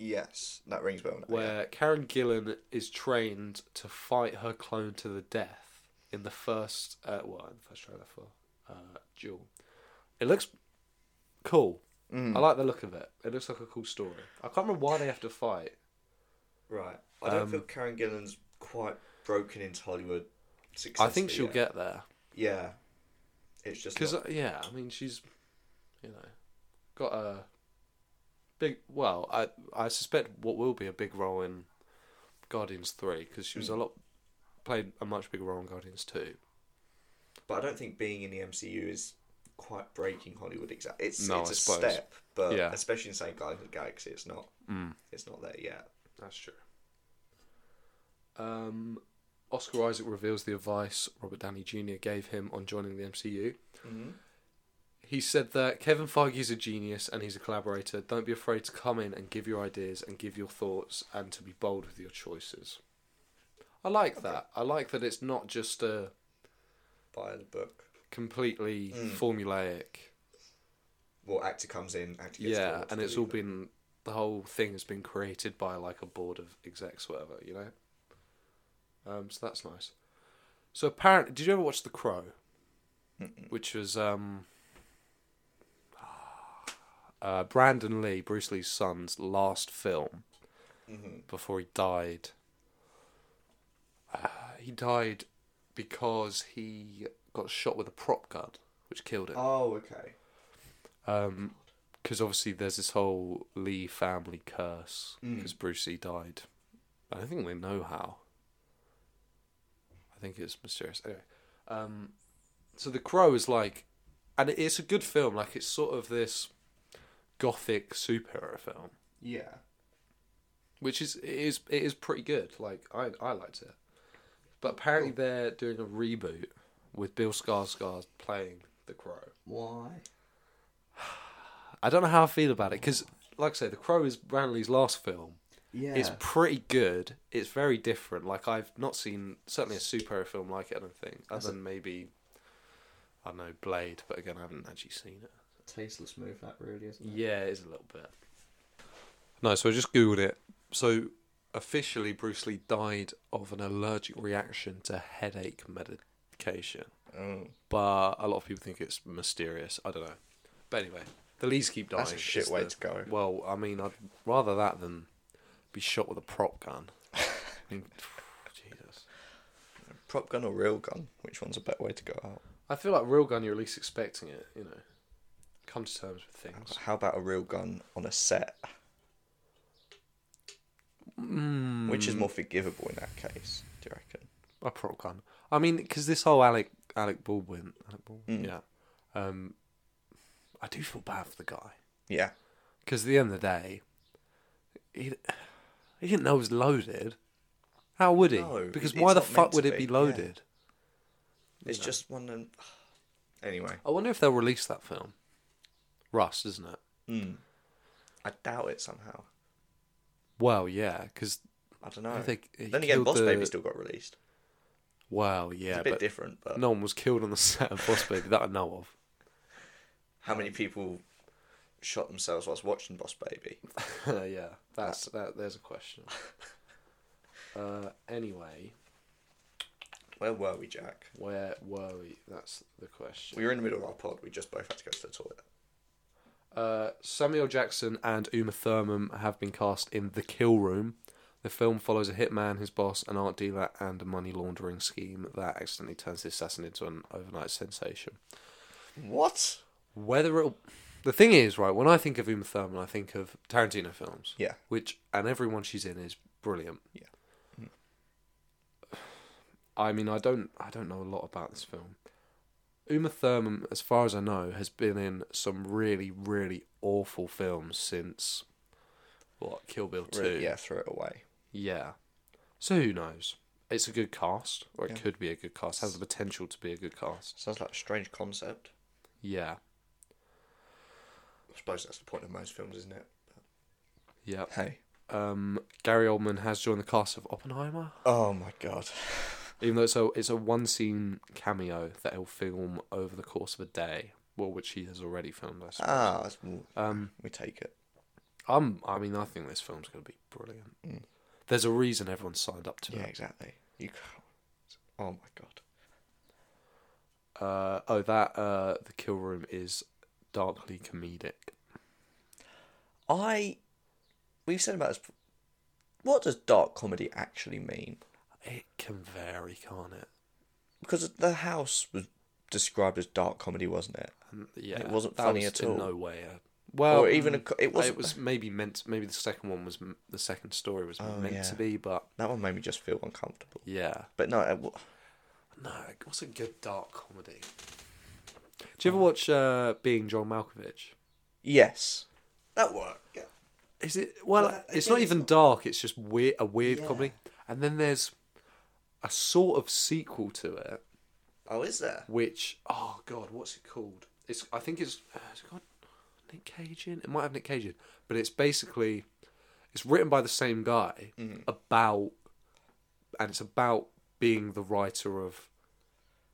B: Yes, that rings a bell. now, yeah.
A: where Karen Gillan is trained to fight her clone to the death in the first, uh, well, in the first trailer for uh, Duel. It looks cool. I like the look of it. It looks like a cool story. I can't remember why they have to fight.
B: Right. I
A: um,
B: don't feel Karen Gillan's quite broken into Hollywood success.
A: I think she'll
B: yet.
A: get there
B: Yeah. It's just.
A: because,
B: not-
A: yeah, I mean, she's, you know, got a big. Well, I I suspect what will be a big role in Guardians Three because she was a lot played a much bigger role in Guardians Two.
B: but I don't think being in the MCU is quite breaking Hollywood. Exactly. It's,
A: No,
B: it's
A: I
B: a
A: suppose.
B: step, but
A: Yeah. Mm.
B: especially in say Guardians of the Galaxy, it's not. It's not there yet.
A: That's true. Um, Oscar Isaac reveals the advice Robert Downey Jr. gave him on joining the MCU. He said that Kevin Feige is a genius and he's a collaborator. Don't be afraid to come in and give your ideas and give your thoughts and to be bold with your choices. I like that. I like that it's not just a
B: By the book.
A: completely formulaic.
B: Well, actor comes in, actor gets
A: Yeah,
B: told what
A: and
B: to
A: it's
B: do,
A: all
B: but-
A: been the whole thing has been created by like a board of execs, whatever, you know. Um, so that's nice. So apparently, did you ever watch The Crow? Which was um, uh, Brandon Lee, Bruce Lee's son's last film
B: Mm-hmm.
A: before he died. Uh, he died because he got shot with a prop gun, which killed him
B: Oh, okay.
A: because Um, obviously there's this whole Lee family curse because Bruce Lee died. I don't think they know how. I think it's mysterious. Anyway, um, so The Crow is like, and it- it's a good film. Like it's sort of this gothic superhero film,
B: Yeah.
A: which is it is it is pretty good. Like I I liked it, but apparently they're doing a reboot with Bill Skarsgård playing The Crow.
B: Why?
A: I don't know how I feel about it because, like I say, The Crow is Ranley's last film.
B: Yeah.
A: It's pretty good. It's very different. Like I've not seen certainly a superhero film like it. I don't think, other than maybe I don't know Blade, but again, I haven't actually seen it.
B: tasteless move, that really, isn't
A: Yeah, it is a little bit. No, so I just googled it. So officially, Bruce Lee died of an allergic reaction to headache medication,
B: Oh,
A: but a lot of people think it's mysterious. I don't know. But anyway, the Lees keep dying.
B: That's a shit
A: It's
B: way
A: the-
B: to go.
A: Well, I mean, I'd rather that than be shot with a prop
B: [laughs]
A: gun. I mean, [sighs] Jesus.
B: Prop gun or real gun? Which one's a better way to go out?
A: I feel like real gun, you're at least expecting it. You know, come to terms with things.
B: How about a real gun on a set?
A: Hmm.
B: Which is more forgivable in that case, do you reckon?
A: a prop gun. I mean, because this whole Alec Alec Baldwin, Alec
B: Mm.
A: Baldwin yeah. Um, I do feel bad for the guy
B: Yeah.
A: because at the end of the day, he he didn't know it was loaded. How would he?
B: No,
A: because
B: it-
A: why
B: it's
A: the
B: not
A: fuck
B: meant
A: would
B: to
A: it
B: be,
A: be
B: yeah.
A: loaded?
B: It's just one and [sighs] anyway.
A: I wonder if they'll release that film. Rust, isn't it?
B: I doubt it somehow.
A: Well, yeah, because
B: I don't know.
A: I think he
B: then again
A: killed
B: Boss
A: the-
B: Baby still got released.
A: well, yeah,
B: It's a bit
A: but
B: different, but
A: no one was killed on the set of Boss Baby that I know of.
B: how many people shot themselves whilst watching Boss Baby?
A: [laughs] yeah, that's that. There's a [laughs] question. uh, anyway,
B: Where were we, Jack?
A: where were we? That's the question.
B: We were in the middle of our pod, we just both had to go to the toilet.
A: Uh, Samuel Jackson and Uma Thurman have been cast in The Kill Room. The film follows a hitman, his boss, an art dealer, and a money laundering scheme that accidentally turns the assassin into an overnight sensation.
B: What?
A: whether it'll the thing is right when i think of uma thurman i think of tarantino films
B: Yeah.
A: which and everyone she's in is brilliant
B: Yeah.
A: Hmm. I mean, I don't, I don't know a lot about this film. Uma Thurman, as far as I know, has been in some really, really awful films since what Kill Bill two.
B: Really, yeah, throw it away.
A: Yeah. So who knows? It's a good cast, or it could be a good cast. Has the potential to be a good cast.
B: Sounds like a strange concept.
A: Yeah.
B: I suppose that's the point of most films, isn't it?
A: Yeah.
B: Hey.
A: Um, Gary Oldman has joined the cast of Oppenheimer,
B: Oh my god.
A: even though it's a it's a one scene cameo that he'll film over the course of a day. Well, which he has already filmed. I suppose.
B: Ah, that's,
A: Um,
B: we take it.
A: I'm, I mean, I think this film's going to be brilliant.
B: Mm.
A: There's a reason everyone signed up to
B: Yeah,
A: it.
B: exactly. You. can't- Oh my god.
A: Uh, oh, that uh, the Kill Room is darkly comedic.
B: I. We've said about this. bef- What does dark comedy actually mean?
A: It can vary, can't it?
B: Because The House was described as dark comedy, wasn't it?
A: And, yeah,
B: It wasn't
A: that
B: funny
A: was
B: at
A: in
B: all.
A: No way. A, well,
B: or even a,
A: mm,
B: co- Um, it wasn't.
A: it was maybe meant. Maybe the second one was m- the second story was meant
B: Oh, yeah.
A: to be, but
B: That one made me just feel uncomfortable.
A: yeah.
B: But no, it w-
A: No, what's a good dark comedy? Do you ever watch uh, Being John Malkovich?
B: yes,
E: That worked. Yeah.
A: Is it? Well,
E: Well,
A: it's
E: it
A: not
E: is
A: even dark. It's just weird, a weird comedy. And then there's a sort of sequel to it,
E: Oh, is there?
A: which oh god, what's it called? It's I think it's uh, it's got Nick Cage in. It might have Nick Cage in, but it's basically it's written by the same guy about, and it's about being the writer of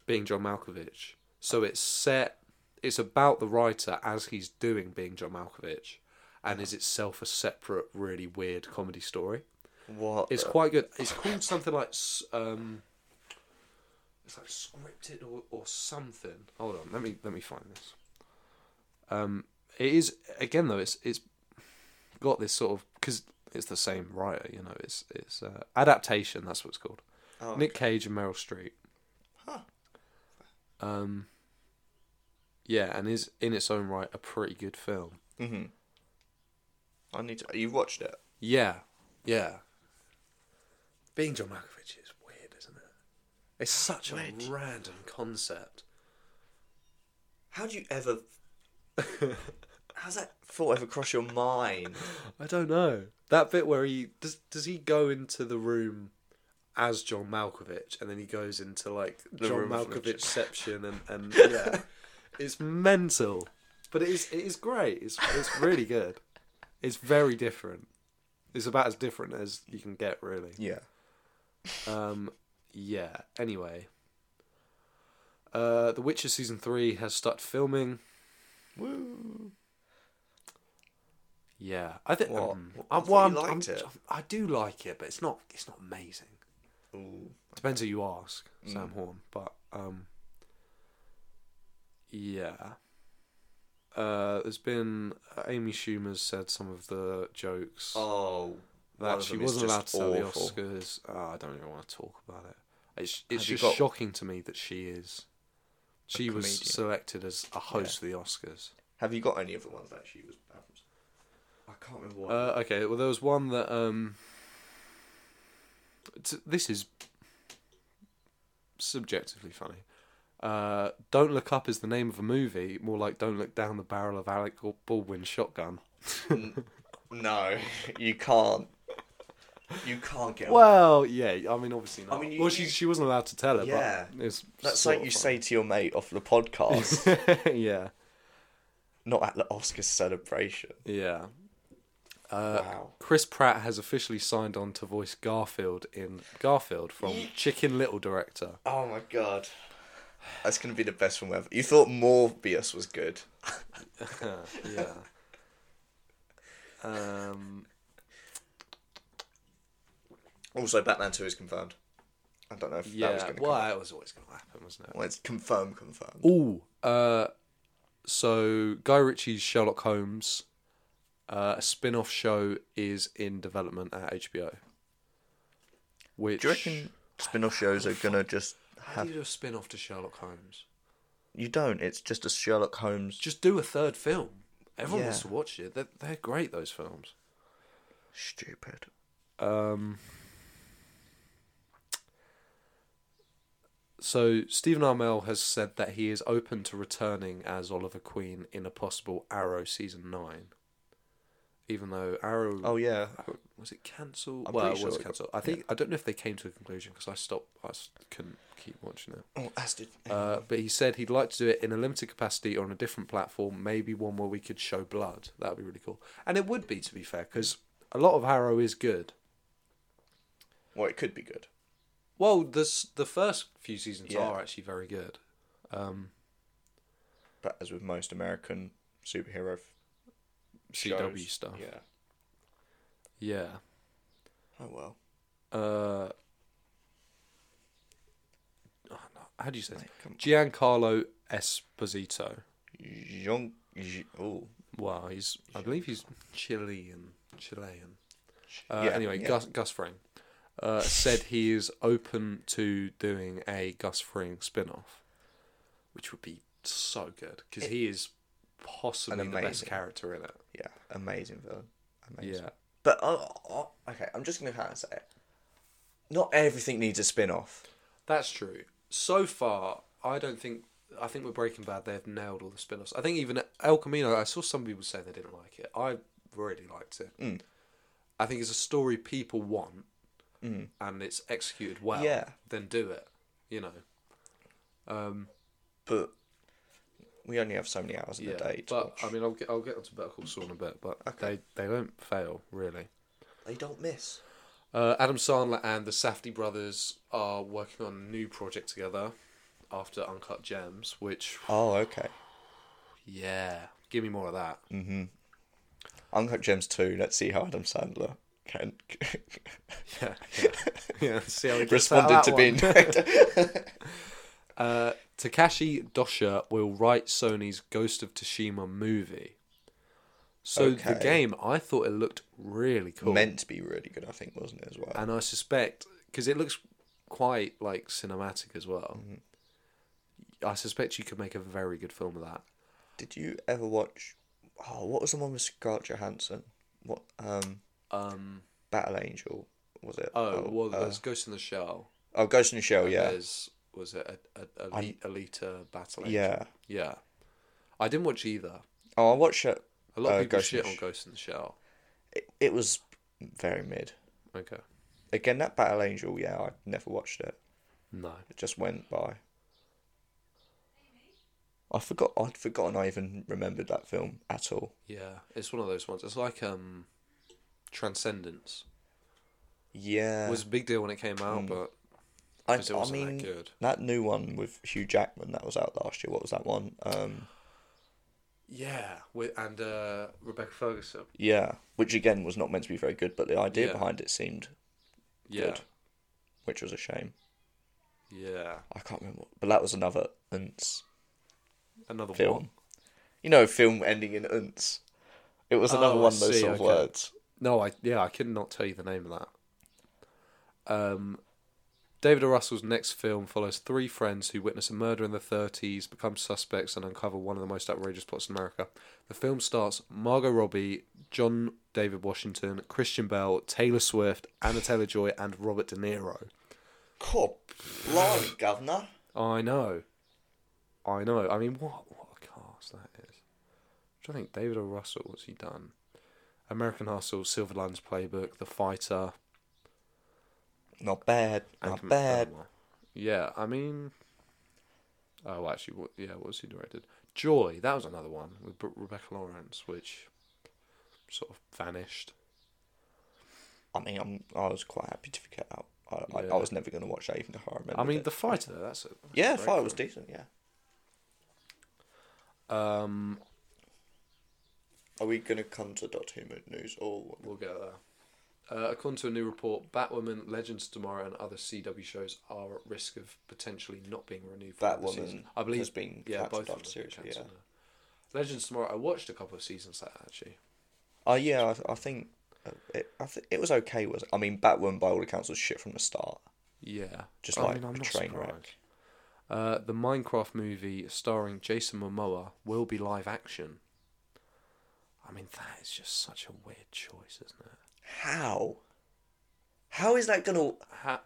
A: being John Malkovich. So it's set. It's about the writer as he's doing being John Malkovich, and is itself a separate, really weird comedy story.
B: what?
A: It's
B: the-
A: quite good. It's called something like s- um, it's like scripted or, or something. Hold on, let me let me find this. Um, it is again though. It's it's got this sort of because it's the same writer. You know, it's it's uh, adaptation. That's what it's called.
B: Oh,
A: Nick Cage and Meryl Streep. Huh. Um. Yeah, and is in its own right a pretty good film.
B: I need to. You've watched it.
A: Yeah, yeah. Being John Malkovich is weird, isn't it? It's such a random concept.
B: How do you ever? [laughs] How's that thought ever cross your mind?
A: I don't know that bit where he does. Does he go into the room as John Malkovich, and then he goes into like John
B: room of
A: Malkovich section, and and yeah, it's mental, but it is it is great. It's it's really good. It's very different. It's about as different as you can get, really.
B: Yeah.
A: Um, yeah. Anyway, uh, The Witcher season three has started filming.
B: Woo.
A: Yeah, I think.
B: What?
A: um,
B: I
A: I,
B: thought
A: well,
B: you
A: I'm-
B: liked
A: I'm-
B: it.
A: I do like it, but it's not. It's not amazing.
B: Ooh.
A: Depends who you ask,
B: Mm.
A: Sam Horn. But um, yeah. Uh, there's been Amy Schumer's said some of the jokes
B: Oh. one
A: that
B: of
A: she
B: them is
A: wasn't allowed
B: just
A: to tell the
B: awful.
A: Oscars. Oh, I don't even want to talk about it. It's it's
B: Have you
A: just
B: got-
A: shocking to me that she is. She was
B: comedian.
A: selected as a host of the Oscars.
B: Have you got any of the ones that she was? I can't remember what.
A: Uh, okay, well there was one that um. it's- This is subjectively funny. Uh, don't look up is the name of a movie, more like don't look down the barrel of Alec Baldwin's shotgun.
B: no, [laughs] you can't. You can't get. Well,
A: Well, yeah, I mean obviously not.
B: mean, you-
A: well, she
B: you-
A: she wasn't allowed to tell it.
B: Yeah.
A: but it's
B: that's
A: sort
B: something you
A: of
B: say to your mate off the podcast.
A: funny. [laughs] yeah.
B: not at the Oscars celebration.
A: Yeah.
B: wow.
A: Chris Pratt has officially signed on to voice Garfield in Garfield from Chicken Little director.
B: Oh my god. That's gonna be the best film ever. You thought Morbius was good.
A: [laughs] yeah. Um,
B: Also, Batman Two is confirmed. I don't know if that was
A: yeah.
B: gonna
A: Well,
B: come.
A: that was always going to happen, wasn't it?
B: Well, it's confirmed, confirmed.
A: Ooh. Uh, so Guy Ritchie's Sherlock Holmes, uh, a spin-off show, is in development at HBO. Which
B: Do you reckon spin-off shows are gonna just
A: how do
B: have?
A: you do a spin-off to Sherlock Holmes?
B: You don't. It's just a Sherlock Holmes
A: Just do a third film. Everyone wants
B: Yeah.
A: to watch it. They're, they're great. Those films.
B: stupid.
A: Um, So Stephen Armell has said that he is open to returning as Oliver Queen in a possible Arrow season nine. Even though Arrow,
B: Oh yeah,
A: was it cancelled?
B: I'm
A: Well,
B: pretty
A: it was
B: sure it got-
A: cancelled. I think I don't know if they came to a conclusion because I stopped. I s- couldn't keep watching it.
F: Oh, as did.
A: Uh, but he said he'd like to do it in a limited capacity or on a different platform, maybe one where we could show blood. That would be really cool. And it would be, to be fair, because a lot of Arrow is good.
B: well it could be good.
A: Well, this, the first few seasons
B: Yeah.
A: are actually very good. Um,
B: But as with most American superhero f-
A: CW
B: shows,
A: stuff.
B: yeah.
A: Yeah.
B: Oh well.
A: Uh, oh, no, how do you say?
B: Mate,
A: this?
B: come-
A: Giancarlo Esposito.
B: Young, oh
A: Wow, he's I believe he's Chilean. Chilean. Uh,
B: Yeah,
A: anyway,
B: yeah.
A: Gus Gus Fring uh, said he is open to doing a Gus Fring spin-off, which would be so good because he is possibly the best
B: amazing-
A: character in it.
B: yeah, amazing villain. Amazing.
A: Yeah.
B: But uh, uh, okay, I'm just gonna kind of say it. Not everything needs a spin off.
A: That's true. So far, I don't think. I think with Breaking Bad, they've nailed all the spin offs. I think even El Camino, I saw some people say they didn't like it. I really liked it.
B: Mm.
A: I think it's a story people want and it's executed well.
B: Mm. Yeah.
A: Then do it. You know.
B: But we only have so many hours in
A: Yeah.
B: the day. To
A: but,
B: watch.
A: I mean, I'll get, I'll get onto Better Call Saul in a bit, but they, they don't fail, really.
B: they don't miss.
A: Uh, Adam Sandler and the Safdie brothers are working on a new project together after Uncut Gems, which,
B: Oh, okay.
A: yeah, give me more of that.
B: Uncut Gems two. Let's see how Adam Sandler can [laughs]
A: yeah, yeah. yeah [laughs] see how he gets out
B: responded
A: of
B: to
A: that
B: being
A: one.
B: director.
A: Takashi Dosha will write Sony's Ghost of Tsushima movie. So the
B: Okay.
A: game, I thought it looked really cool,
B: [laughs] meant to be really good. I think wasn't it as well.
A: and I suspect because it looks quite like cinematic as well.
B: Mm-hmm.
A: I suspect you could make a very good film of that.
B: Did you ever watch? Oh, what was the one with Scarlett Johansson? What um,
A: Um,
B: Battle Angel was it?
A: oh, well,
B: uh,
A: there's Ghost in the Shell.
B: oh, Ghost in the Shell. Yeah,
A: There's was it a, a, a, Elita Battle? Angel?
B: yeah.
A: yeah. I didn't watch either.
B: Oh, I watched it.
A: A lot of people
B: Uh, Ghost in
A: shit
B: the
A: on
B: Sh-
A: Ghost in the Shell.
B: It, it was very mid.
A: Okay.
B: Again, that Battle Angel. Yeah, I never watched it.
A: No.
B: It just went by. I forgot. I'd forgotten I even remembered that film at all.
A: Yeah, it's one of those ones. It's like um, Transcendence.
B: Yeah,
A: It was a big deal when it came out, but
B: I,
A: 'cause it
B: I
A: wasn't that
B: mean
A: good.
B: that new one with Hugh Jackman that was out last year. What was that one? Um,
A: yeah, with and uh, Rebecca Ferguson.
B: yeah, which again was not meant to be very good, but the idea
A: Yeah.
B: behind it seemed
A: Yeah,
B: Good. which was a shame.
A: yeah,
B: I can't remember, what- but that was another Unts
A: another
B: film.
A: one.
B: You know, film ending in Unts. It was another
A: Oh, I
B: one of those
A: see,
B: sort of
A: okay.
B: words.
A: No, I yeah, I could not tell you the name of that. Um, David O. Russell's next film follows three friends who witness a murder in the 30s, become suspects, and uncover one of the most outrageous plots in America. The film stars Margot Robbie, John David Washington, Christian Bell, Taylor Swift, Anna Taylor Joy, and Robert De Niro.
B: God, blimey, governor.
A: I know. I know. I mean, what what a cast that is. I'm trying to think. David O. Russell, what's he done? American Hustle, Silver Linings Playbook, The Fighter,
B: Not bad,
A: and
B: not
A: Com-
B: bad.
A: oh, well. Yeah, I mean. Oh, actually, what? Yeah, what was he directed? Joy. That was another one with Bre- Rebecca Lawrence, which sort of vanished.
B: I mean, I'm, I was quite happy to forget that. I, I,
A: Yeah.
B: I was never going to watch that, even though I remember.
A: I mean,
B: it.
A: The Fighter. That's a that's a
B: yeah,
A: great
B: fire was
A: film.
B: decent. Yeah.
A: Um,
B: Are we going to come to Doctor Who news or?
A: We'll get there. Uh, according to a new report, Batwoman, Legends of Tomorrow, and other CW shows are at risk of potentially not being renewed for another
B: Batwoman
A: season. I believe
B: has been
A: yeah,
B: cancelled
A: both of
B: after
A: them
B: series,
A: cancelled.
B: yeah.
A: now. Legends of Tomorrow. I watched a couple of seasons of that actually.
B: Oh yeah, I, I think uh, it. I th- it was okay. Was it? I mean, Batwoman by all accounts was shit from the start.
A: Yeah,
B: Just like a train wreck.
A: Uh, the Minecraft movie starring Jason Momoa will be live action. I mean, that is just such a weird choice, isn't it?
B: How? How is that gonna?
A: Ha-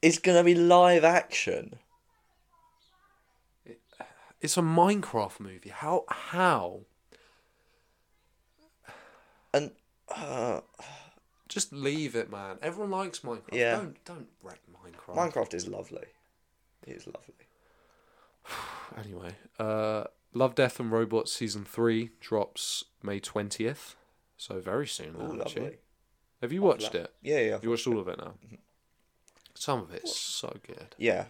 B: It's gonna be live action.
A: It's a Minecraft movie. How how?
D: And uh,
A: Just leave it, man. Everyone likes Minecraft.
D: Yeah.
A: Don't don't wreck Minecraft.
D: Minecraft is lovely. It is lovely.
A: Anyway, uh, Love, Death and Robots season three drops May twentieth, so very soon.
D: Ooh,
A: now, actually.
D: lovely. Mm-hmm.
A: Have you watched it?
D: Yeah, yeah.
A: You watched all of it now. Some of it's so good.
D: Yeah.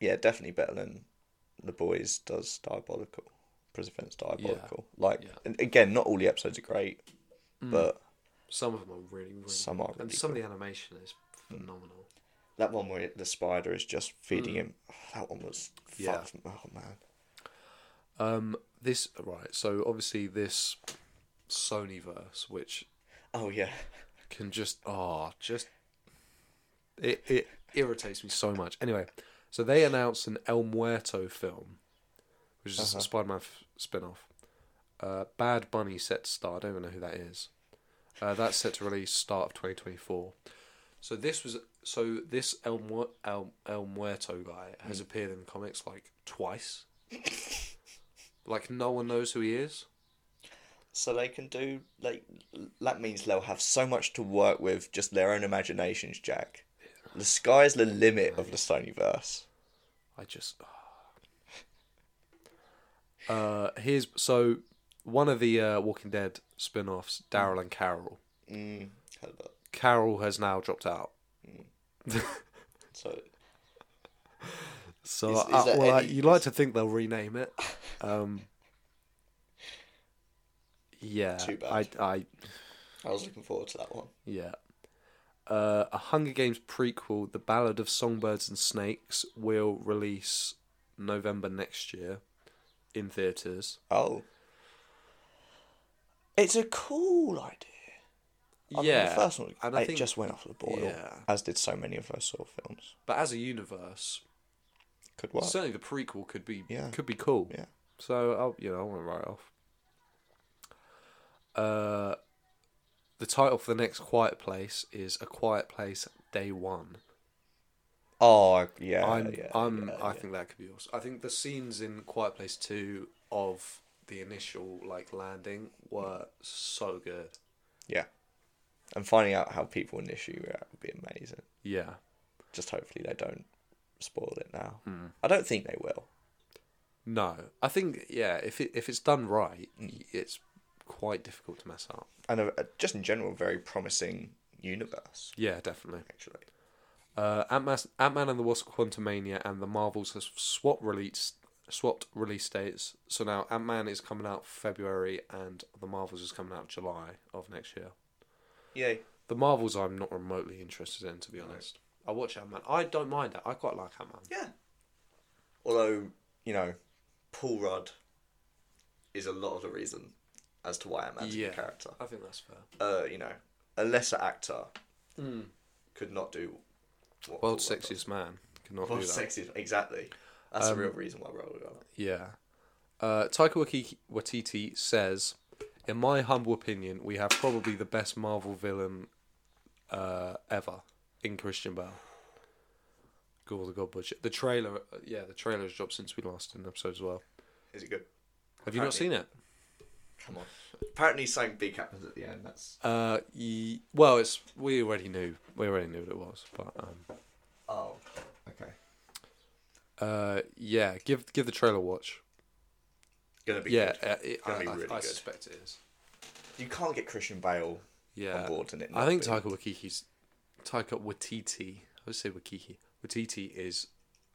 D: Yeah, definitely better than The Boys does Diabolical. Prison Fence Diabolical. Like,
A: Yeah.
D: and again, not all the episodes are great, but
A: Some of them are really, really
D: Some are
A: good. and
D: really Mm.
A: some of the animation is phenomenal.
D: that one where the spider is just feeding him, oh, that one was
A: Yeah.
D: fucked. Oh, man.
A: Um, this right, so obviously this Sonyverse, which
D: Oh, yeah. [laughs]
A: can just oh just it it irritates me so much. Anyway, so they announced an El Muerto film, which is a Spider-Man f- spin-off. Uh, Bad Bunny set to star. I don't even know who that is. Uh, that's set to release start of 2024. So this was so this El, Mu- El, El Muerto guy has appeared in the comics like twice. like no one knows who he is.
D: So they can do, like, that means they'll have so much to work with just their own imaginations, Jack. The sky's the limit of the Sonyverse.
A: I just. Uh, here's so one of the uh, Walking Dead spin-offs, Daryl and Carol.
D: Hell, but-
A: Carol has now dropped out. [laughs]
D: So,
A: So
D: Is- is
A: uh,
D: there
A: well,
D: any-
A: uh, you like to think they'll rename
D: [laughs]
A: it. Um, yeah,
D: Too
A: I,
D: bad.
A: I,
D: I was looking forward to that one.
A: yeah. Uh, a Hunger Games prequel, The Ballad of Songbirds and Snakes, will release November next year in theaters.
D: Oh. It's a cool idea. I mean, the first one,
A: and I
D: it
A: think
D: just went off the boil,
A: yeah.
D: as did so many of those sort of films.
A: but as a universe,
D: Could work.
A: certainly the prequel could be
D: Yeah.
A: could be cool.
D: Yeah.
A: So I'll, you know I want to write it off. Uh, the title for the next Quiet Place is A Quiet Place Day One.
D: oh, I- yeah,
A: I'm,
D: yeah,
A: I'm,
D: yeah,
A: I
D: yeah.
A: think that could be awesome. I think the scenes in Quiet Place Two of the initial like landing were so good.
D: Yeah. And finding out how people in this issue react would be amazing.
A: Yeah.
D: Just hopefully they don't spoil it now.
A: Hmm.
D: I don't think they will.
A: No, I think yeah. If it, if it's done right,
D: Mm.
A: it's quite difficult to mess up.
D: And a, a- just in general, a very promising universe,
A: Yeah, definitely.
D: actually.
A: Uh, Ant-Man, Ant-Man and the Wasp: Quantumania and the Marvels has swapped release swapped release dates. So now Ant-Man is coming out February and the Marvels is coming out July of next year.
D: Yay.
A: The Marvels I'm not remotely interested in to be honest. I watch Ant-Man. I don't mind that. I quite like Ant-Man.
D: Yeah.
B: Although, you know, Paul Rudd is a lot of the reason as to why I'm a
A: Yeah.
B: character.
A: I think that's fair.
B: Uh, you know, a lesser actor
A: Hmm.
B: could not do what
A: World's
B: Paul Rudd
A: Sexiest Man cannot
B: does.
A: do
B: World's
A: that. Um,
B: sexiest, exactly. That's the real reason why we're all about it.
A: Yeah. Uh, Taika Waititi- Waititi says, "In my humble opinion, we have probably the best Marvel villain uh, ever in Christian Bale." Gore the God Butcher. The trailer, uh, yeah, the trailer has dropped since we last did an episode as well.
B: Is it good?
A: Have you not seen it?
B: Come on. Apparently, something big happens at the end. That's
A: Uh, ye- well, it's we already knew we already knew what it was, but um,
B: oh, okay.
A: uh, yeah, give give the trailer a watch.
B: Gonna be
A: Yeah,
B: good.
A: uh, it,
B: Gonna
A: I,
B: be
A: I-
B: really
A: I
B: good.
A: suspect it is.
D: You can't get Christian Bale
A: yeah.
D: on board in it.
A: I think
D: not
A: Taika Waititi's Taika Waititi. I would say Waititi. Waititi is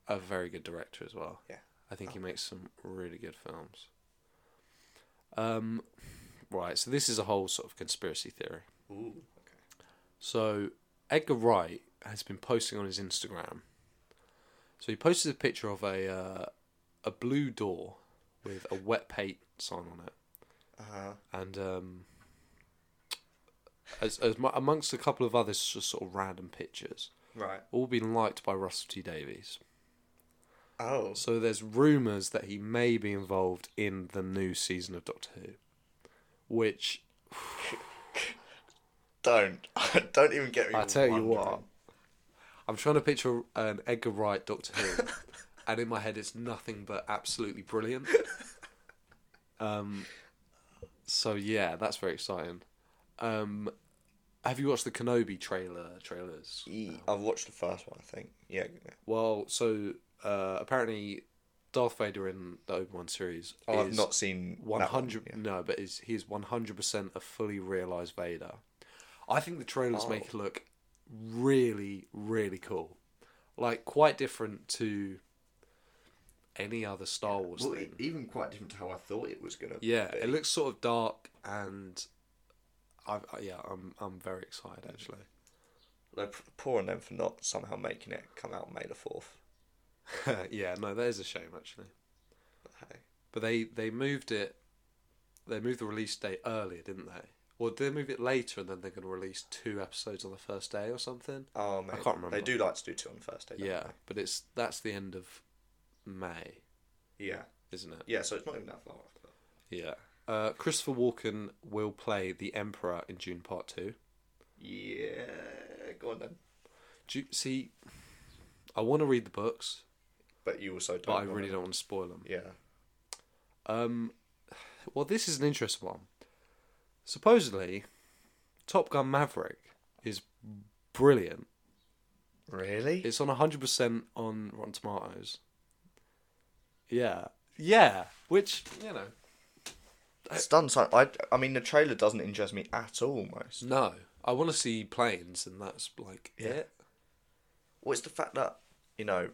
A: a very good director as well.
D: Yeah.
A: I think he makes some really good films. Um, right. So this is a whole sort of conspiracy theory.
D: being- Ooh, okay.
A: So Edgar Wright has been posting on his Instagram. So he posted a picture of a uh, a blue door with a wet paint sign on it
D: Uh,
A: and um, as, as mu- amongst a couple of others, just sort of random pictures,
D: right.
A: all been liked by Russell T Davies.
D: Oh.
A: So there's rumours that he may be involved in the new season of Doctor Who, which
B: [laughs]
D: Don't don't even get me.
A: I tell you
D: wondering.
B: [laughs]
A: what, I'm trying to picture an Edgar Wright um, Doctor Who, and in my head it's nothing but absolutely brilliant. um, so yeah, that's very exciting. Um, have you watched the Kenobi trailer trailers?
B: I've watched the first one, I think. Yeah.
A: Well, so uh, apparently Darth Vader in the Obi Wan series
B: Oh, I've
A: is
B: not seen that
A: one hundred.
B: yeah.
A: No, but is he is one hundred percent a fully realized Vader. I think the trailers
B: Oh.
A: make it look really, really cool. Like quite different to any other Star Wars
G: Well,
A: thing.
G: e- even quite different to how I thought it was gonna.
A: Yeah,
G: be.
A: it looks sort of dark, and I I- yeah, I'm I'm very excited actually.
B: They're p- poor on them for not somehow making it come out May the 4th.
A: [laughs] yeah, no, that is a shame actually.
B: But hey.
A: But they they moved it, they moved the release date earlier, didn't they? Or did they move it later and then they're going to release two episodes on the first day or something?
B: Oh, mate.
A: can't remember.
B: They do like to do two on Thursday. don't
A: yeah,
B: they?
A: but it's that's the end of May,
B: Yeah.
A: isn't it?
B: Yeah, so it's not even that far off.
A: Yeah. Uh, Christopher Walken will play the Emperor in June Part Two.
B: Yeah. Go on then.
A: Do you, see, I want to read the books,
B: But you also don't.
A: but I
B: wanna-
A: really don't want to spoil them.
B: Yeah.
A: Um, well, this is an interesting one. Supposedly, Top Gun Maverick is brilliant.
B: Really?
A: It's on 100% on Rotten Tomatoes. Yeah. Yeah. Which, you know,
B: It's done so. I, I mean, the trailer doesn't interest me at all, most.
A: no. I want to see planes, and that's like it.
B: Well, it's the fact that you know,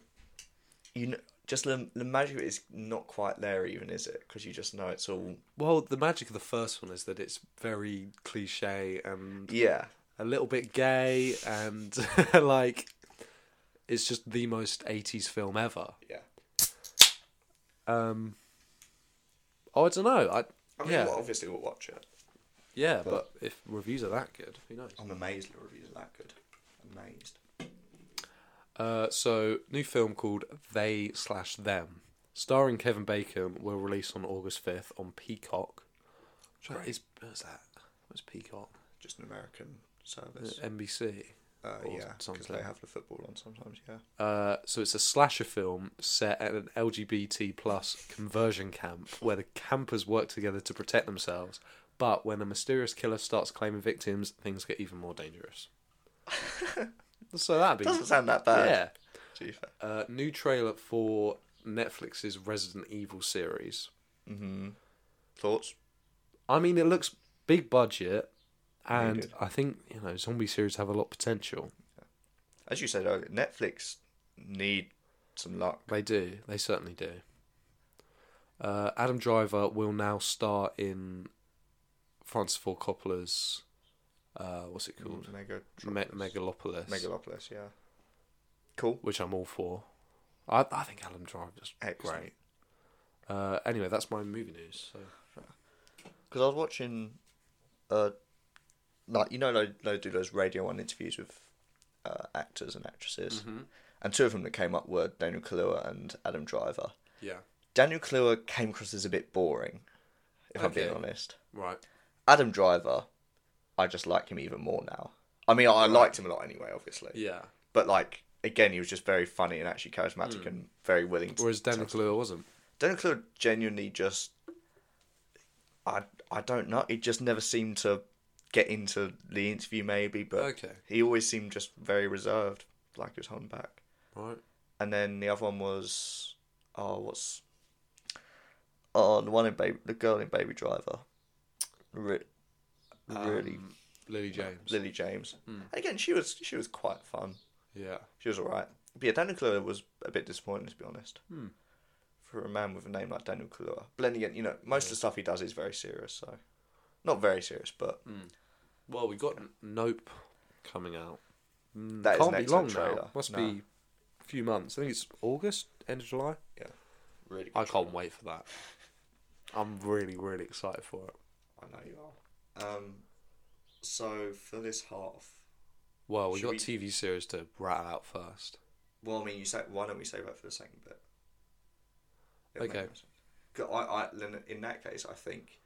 B: you know, just the, the magic of it is not quite there, even is it? Because you just know it's all
A: Well, the magic of the first one is that it's very cliche and
B: yeah,
A: a little bit gay, and [laughs] like, it's just the most 80s film ever.
B: yeah.
A: Um, oh, I don't know. I,
B: I mean,
A: yeah,
B: well, obviously we'll watch it.
A: yeah, but, if reviews are that good, who knows?
B: I'm amazed the reviews are that good. Amazed.
A: Uh, so new film called They Slash Them, starring Kevin Bacon, will release on August fifth on Peacock. Which one is what's that? What's Peacock?
B: Just an American service.
A: NBC.
B: Uh,
A: or
B: yeah, because
A: something.
B: they have the football on sometimes. Yeah.
A: Uh, so it's a slasher film set at an LGBT plus conversion camp where the campers work together to protect themselves. But when a mysterious killer starts claiming victims, things get even more [laughs] dangerous. so that'd be
B: [laughs] Doesn't sound that bad.
A: yeah.
B: To be fair.
A: Uh, new trailer for Netflix's Resident Evil series.
B: Thoughts?
A: I mean, it looks big budget, and
B: Needed.
A: I think you know zombie series have a lot of potential.
B: As you said earlier, Netflix need some luck.
A: They do. They certainly do. Uh, Adam Driver will now star in Francis Ford Coppola's uh, what's it called?
B: Mega.
A: Me- Megalopolis,
B: Megalopolis. Yeah. Cool.
A: which I'm all for. I, I think Adam Driver's
B: Excellent.
A: great. Uh, anyway, that's my movie news. So.
B: because I was watching, uh, like you know, they, they do those Radio One interviews with uh, actors and actresses,
A: Mm-hmm.
B: and two of them that came up were Daniel Kaluuya and Adam Driver.
A: Yeah.
B: Daniel Kaluuya came across as a bit boring, if I'm being
A: Okay.
B: honest.
A: Right.
B: Adam Driver, I just like him even more now. I mean, I, I liked him a lot anyway, obviously,
A: Yeah.
B: but like again, he was just very funny and actually
A: Mm.
B: charismatic and very willing. To
A: Whereas Daniel Kaluuya wasn't.
B: Daniel Kaluuya genuinely just, I I don't know. He just never seemed to get into the interview, maybe. But
A: Okay.
B: he always seemed just very reserved, like he was holding back.
A: Right.
B: And then the other one was, oh, what's, oh, the one in baby, the girl in Baby Driver, Re-
A: Um,
B: really
A: Lily James.
B: Lily James. And again, she was she was quite fun.
A: yeah.
B: She was alright. But yeah, Daniel Kaluuya was a bit disappointing, to be honest.
A: Hmm.
B: For a man with a name like Daniel Kaluuya. But then again, you know, most of the stuff he does is very serious, so. Not very serious, but
A: Hmm. Well, we got Nope coming out. Mm,
B: That is
A: Can't
B: an
A: be long
B: excellent
A: now.
B: trailer.
A: Must
B: No.
A: be a few months. I think it's August, end of July.
B: yeah. Really good.
A: I can't wait for that. I'm really, really excited for it.
B: I know you are.
G: Um, so for this half,
A: Well, we
B: Should
A: got
B: we-
A: TV series to rattle out first.
G: well, I mean, you say why don't we save that for the second bit? It'll make
A: Okay.
G: more sense.
B: 'Cause I, I, then in that case, I think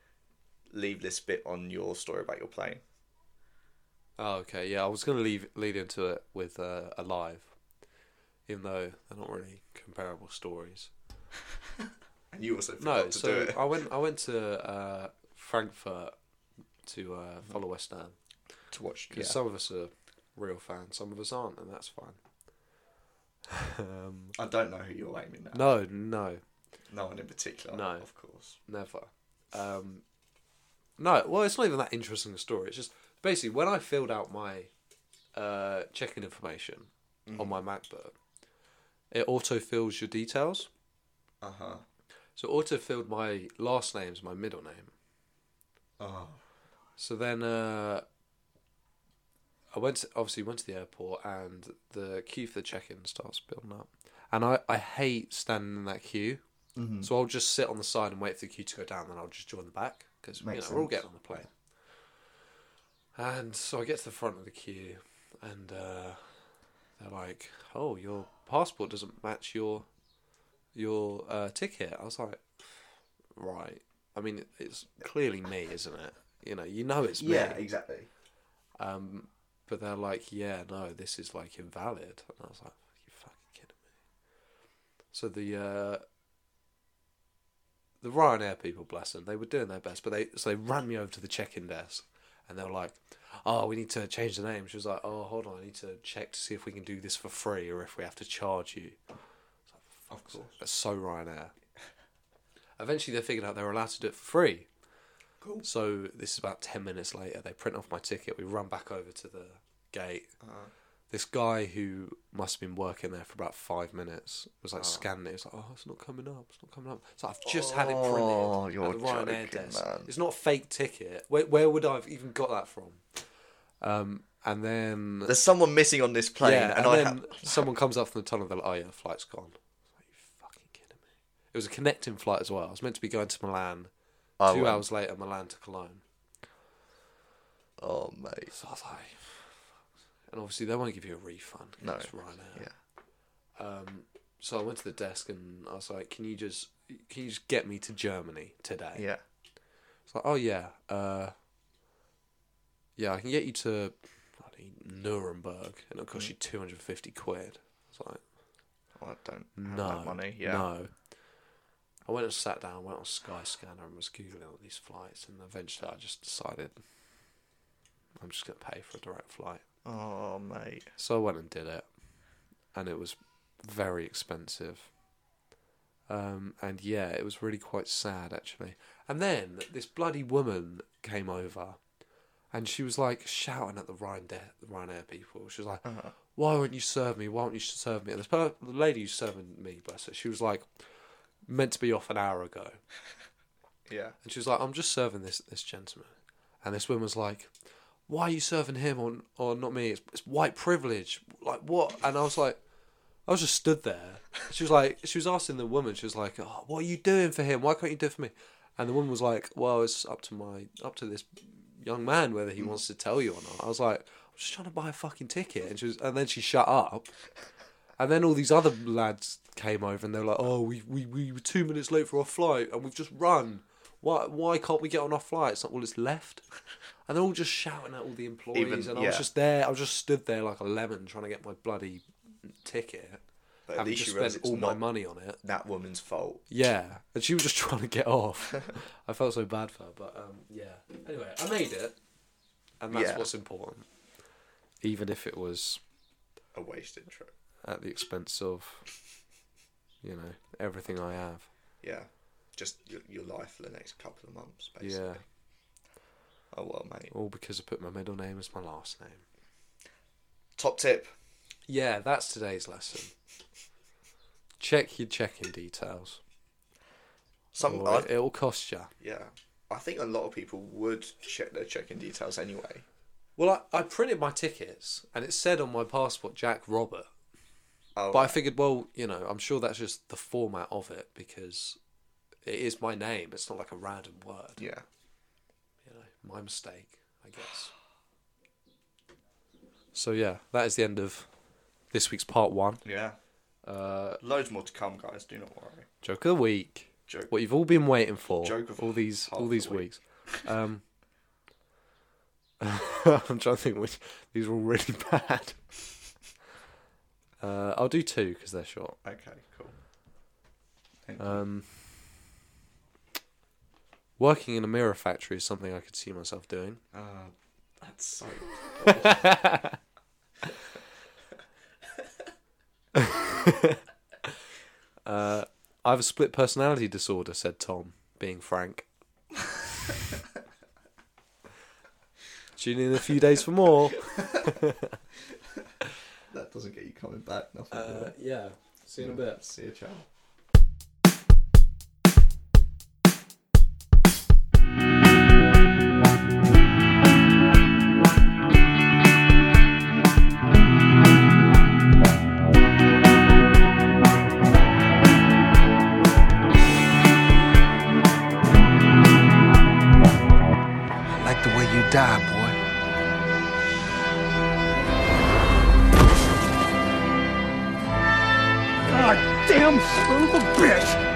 B: leave this bit on your story about your plane.
A: Oh, okay. Yeah, I was gonna leave lead into it with uh, Alive. even though they're not really comparable stories.
B: And you also forgot
A: No,
B: to
A: so
B: do it.
A: I went. I went to uh, Frankfurt to uh, follow West Ham
D: to watch.
A: because some of us are real fans, some of us aren't, and that's fine. [laughs] um,
B: I don't know who you're aiming at. No,
A: no, no,
B: one in particular.
A: No.
B: Of course.
A: never. Um, no, well, it's not even that interesting a story. It's just basically when I filled out my uh, check-in information
B: Mm-hmm.
A: on my MacBook, it auto fills your details.
B: Uh huh.
A: So it auto filled my last name as my middle name.
B: Oh.
A: So then uh, I went to, obviously went to the airport and the queue for the check-in starts building up. And I, I hate standing in that queue.
B: Mm-hmm.
A: So I'll just sit on the side and wait for the queue to go down and I'll just join the back because you know,
B: Makes
A: we're all
B: sense.
A: getting on the plane. And so I get to the front of the queue and uh, they're like, "Oh, your passport doesn't match your your uh, ticket." I was like, "Right." I mean, it's clearly me, isn't it? You know, you know it's me.
B: Yeah, exactly.
A: Um, but they're like, yeah, no, this is like invalid. And I was like, you fucking kidding me? So the uh, the Ryanair people, bless them, they were doing their best, but they so they ran me over to the check-in desk, and they were like, oh, we need to change the name. She was like, oh, hold on, I need to check to see if we can do this for free or if we have to charge you.
B: Of course.
A: That's so Ryanair. Eventually, they figured out they were allowed to do it for free.
B: Cool.
A: So this is about ten minutes later. They print off my ticket. We run back over to the gate.
D: Uh-huh.
A: This guy who must have been working there for about five minutes was
D: Uh-huh.
A: like scanning it. It's like, oh, it's not coming up. It's not coming up. So I've just had it printed
D: Oh, you're
A: at the Ryanair
D: joking,
A: desk.
D: man.
A: It's not a fake ticket. Where, where would I have even got that from? Um, and then
D: There's someone missing on this plane,
A: yeah,
D: and,
A: and,
D: I
A: then
D: have.
A: someone comes up from the tunnel. They're like, "Oh yeah, the flight's gone." I was like, "You fucking kidding me?" It was a connecting flight as well. I was meant to be going to Milan.
D: I
A: Two
D: went.
A: hours later, Milan to Cologne.
D: Oh mate.
A: So I was like, and obviously they won't give you a refund. 'cause
D: No.
A: it's Ryanair.
D: Yeah.
A: So I went to the desk and I was like, "Can you just can you just get me to Germany today?"
D: Yeah.
A: It's like, "Oh yeah, uh, yeah, I can get you to I don't know, Nuremberg, and it'll
D: Mm.
A: cost you two hundred fifty quid." It's like.
D: I don't have
A: No.
D: that money. Yeah.
A: No. I went and sat down, went on Skyscanner and was googling all these flights, and eventually I just decided I'm just going to pay for a direct flight.
D: Oh mate.
A: So I went and did it, and it was very expensive. Um, and yeah, it was really quite sad actually. And then this bloody woman came over, and she was like shouting at the Ryanair, the Ryanair people. She was like, "Why won't you serve me? Why won't you serve me?" And this per- the lady who's serving me, bless her, she was like meant to be off an hour ago.
D: Yeah.
A: And she was like, I'm just serving this this gentleman. And this woman was like, Why are you serving him or, or not me? It's, it's white privilege. Like, what? And I was like, I was just stood there. She was like, She was asking the woman, she was like, oh, What are you doing for him? Why can't you do it for me? And the woman was like, Well, it's up to my, up to this young man whether
D: Mm.
A: he wants to tell you or not. I was like, I'm just trying to buy a fucking ticket. And she was, and then she shut up. And then all these other lads came over and they were like, "Oh, we, we, we were two minutes late for our flight and we've just run. Why why can't we get on our flight? It's not all that's left." And they're all just shouting at all the employees.
D: Even-
A: and I was
D: yeah.
A: just there. I was just stood there like a lemon trying to get my bloody ticket.
D: But at
A: having
D: least
A: just
D: you realise
A: spent
D: it's
A: all my
D: not-
A: money on it.
D: That woman's fault.
A: Yeah, and she was just [laughs] trying to get off.
D: [laughs]
A: I felt so bad for her, but um, yeah. Anyway, I made it, and that's
D: Yeah.
A: what's important. Even if it was
D: A wasted trip.
A: at the expense of, you know, everything I have.
D: Yeah. Just your, your life for the next couple of months, basically.
A: Yeah,
D: Oh well, mate.
A: all because I put my middle name as my last name.
D: Top tip.
A: Yeah, that's today's lesson. Check your check-in details.
D: Some.
A: Or
D: I,
A: it will cost you.
D: yeah. I think a lot of people would check their check-in details anyway.
A: Well, I, I printed my tickets, and it said on my passport Jack Robert.
D: Oh,
A: But I figured, well, you know, I'm sure that's just the format of it because it is my name. It's not like a random word.
D: yeah.
A: You know, my mistake, I guess. So yeah, that is the end of this week's part one.
D: Yeah.
A: Uh,
D: Loads more to come, guys. Do not worry.
A: joke of the week.
D: Joke.
A: What you've all been waiting for.
D: Joke of
A: all these
D: half
A: all
D: the
A: these
D: week.
A: weeks. Um, [laughs] [laughs] I'm trying to think which these were all really bad. Uh, I'll do two because they're short.
B: Okay, cool.
A: Um, working in a mirror factory is something I could see myself doing.
B: Uh, that's so.
A: I have a split personality disorder," said Tom, being frank. Tune in a few days for more.
B: That doesn't get you coming back. Nothing.
A: Uh, yeah, see you in a bit.
B: See you, ciao.
C: I like the way you die, boy. God damn son of a bitch!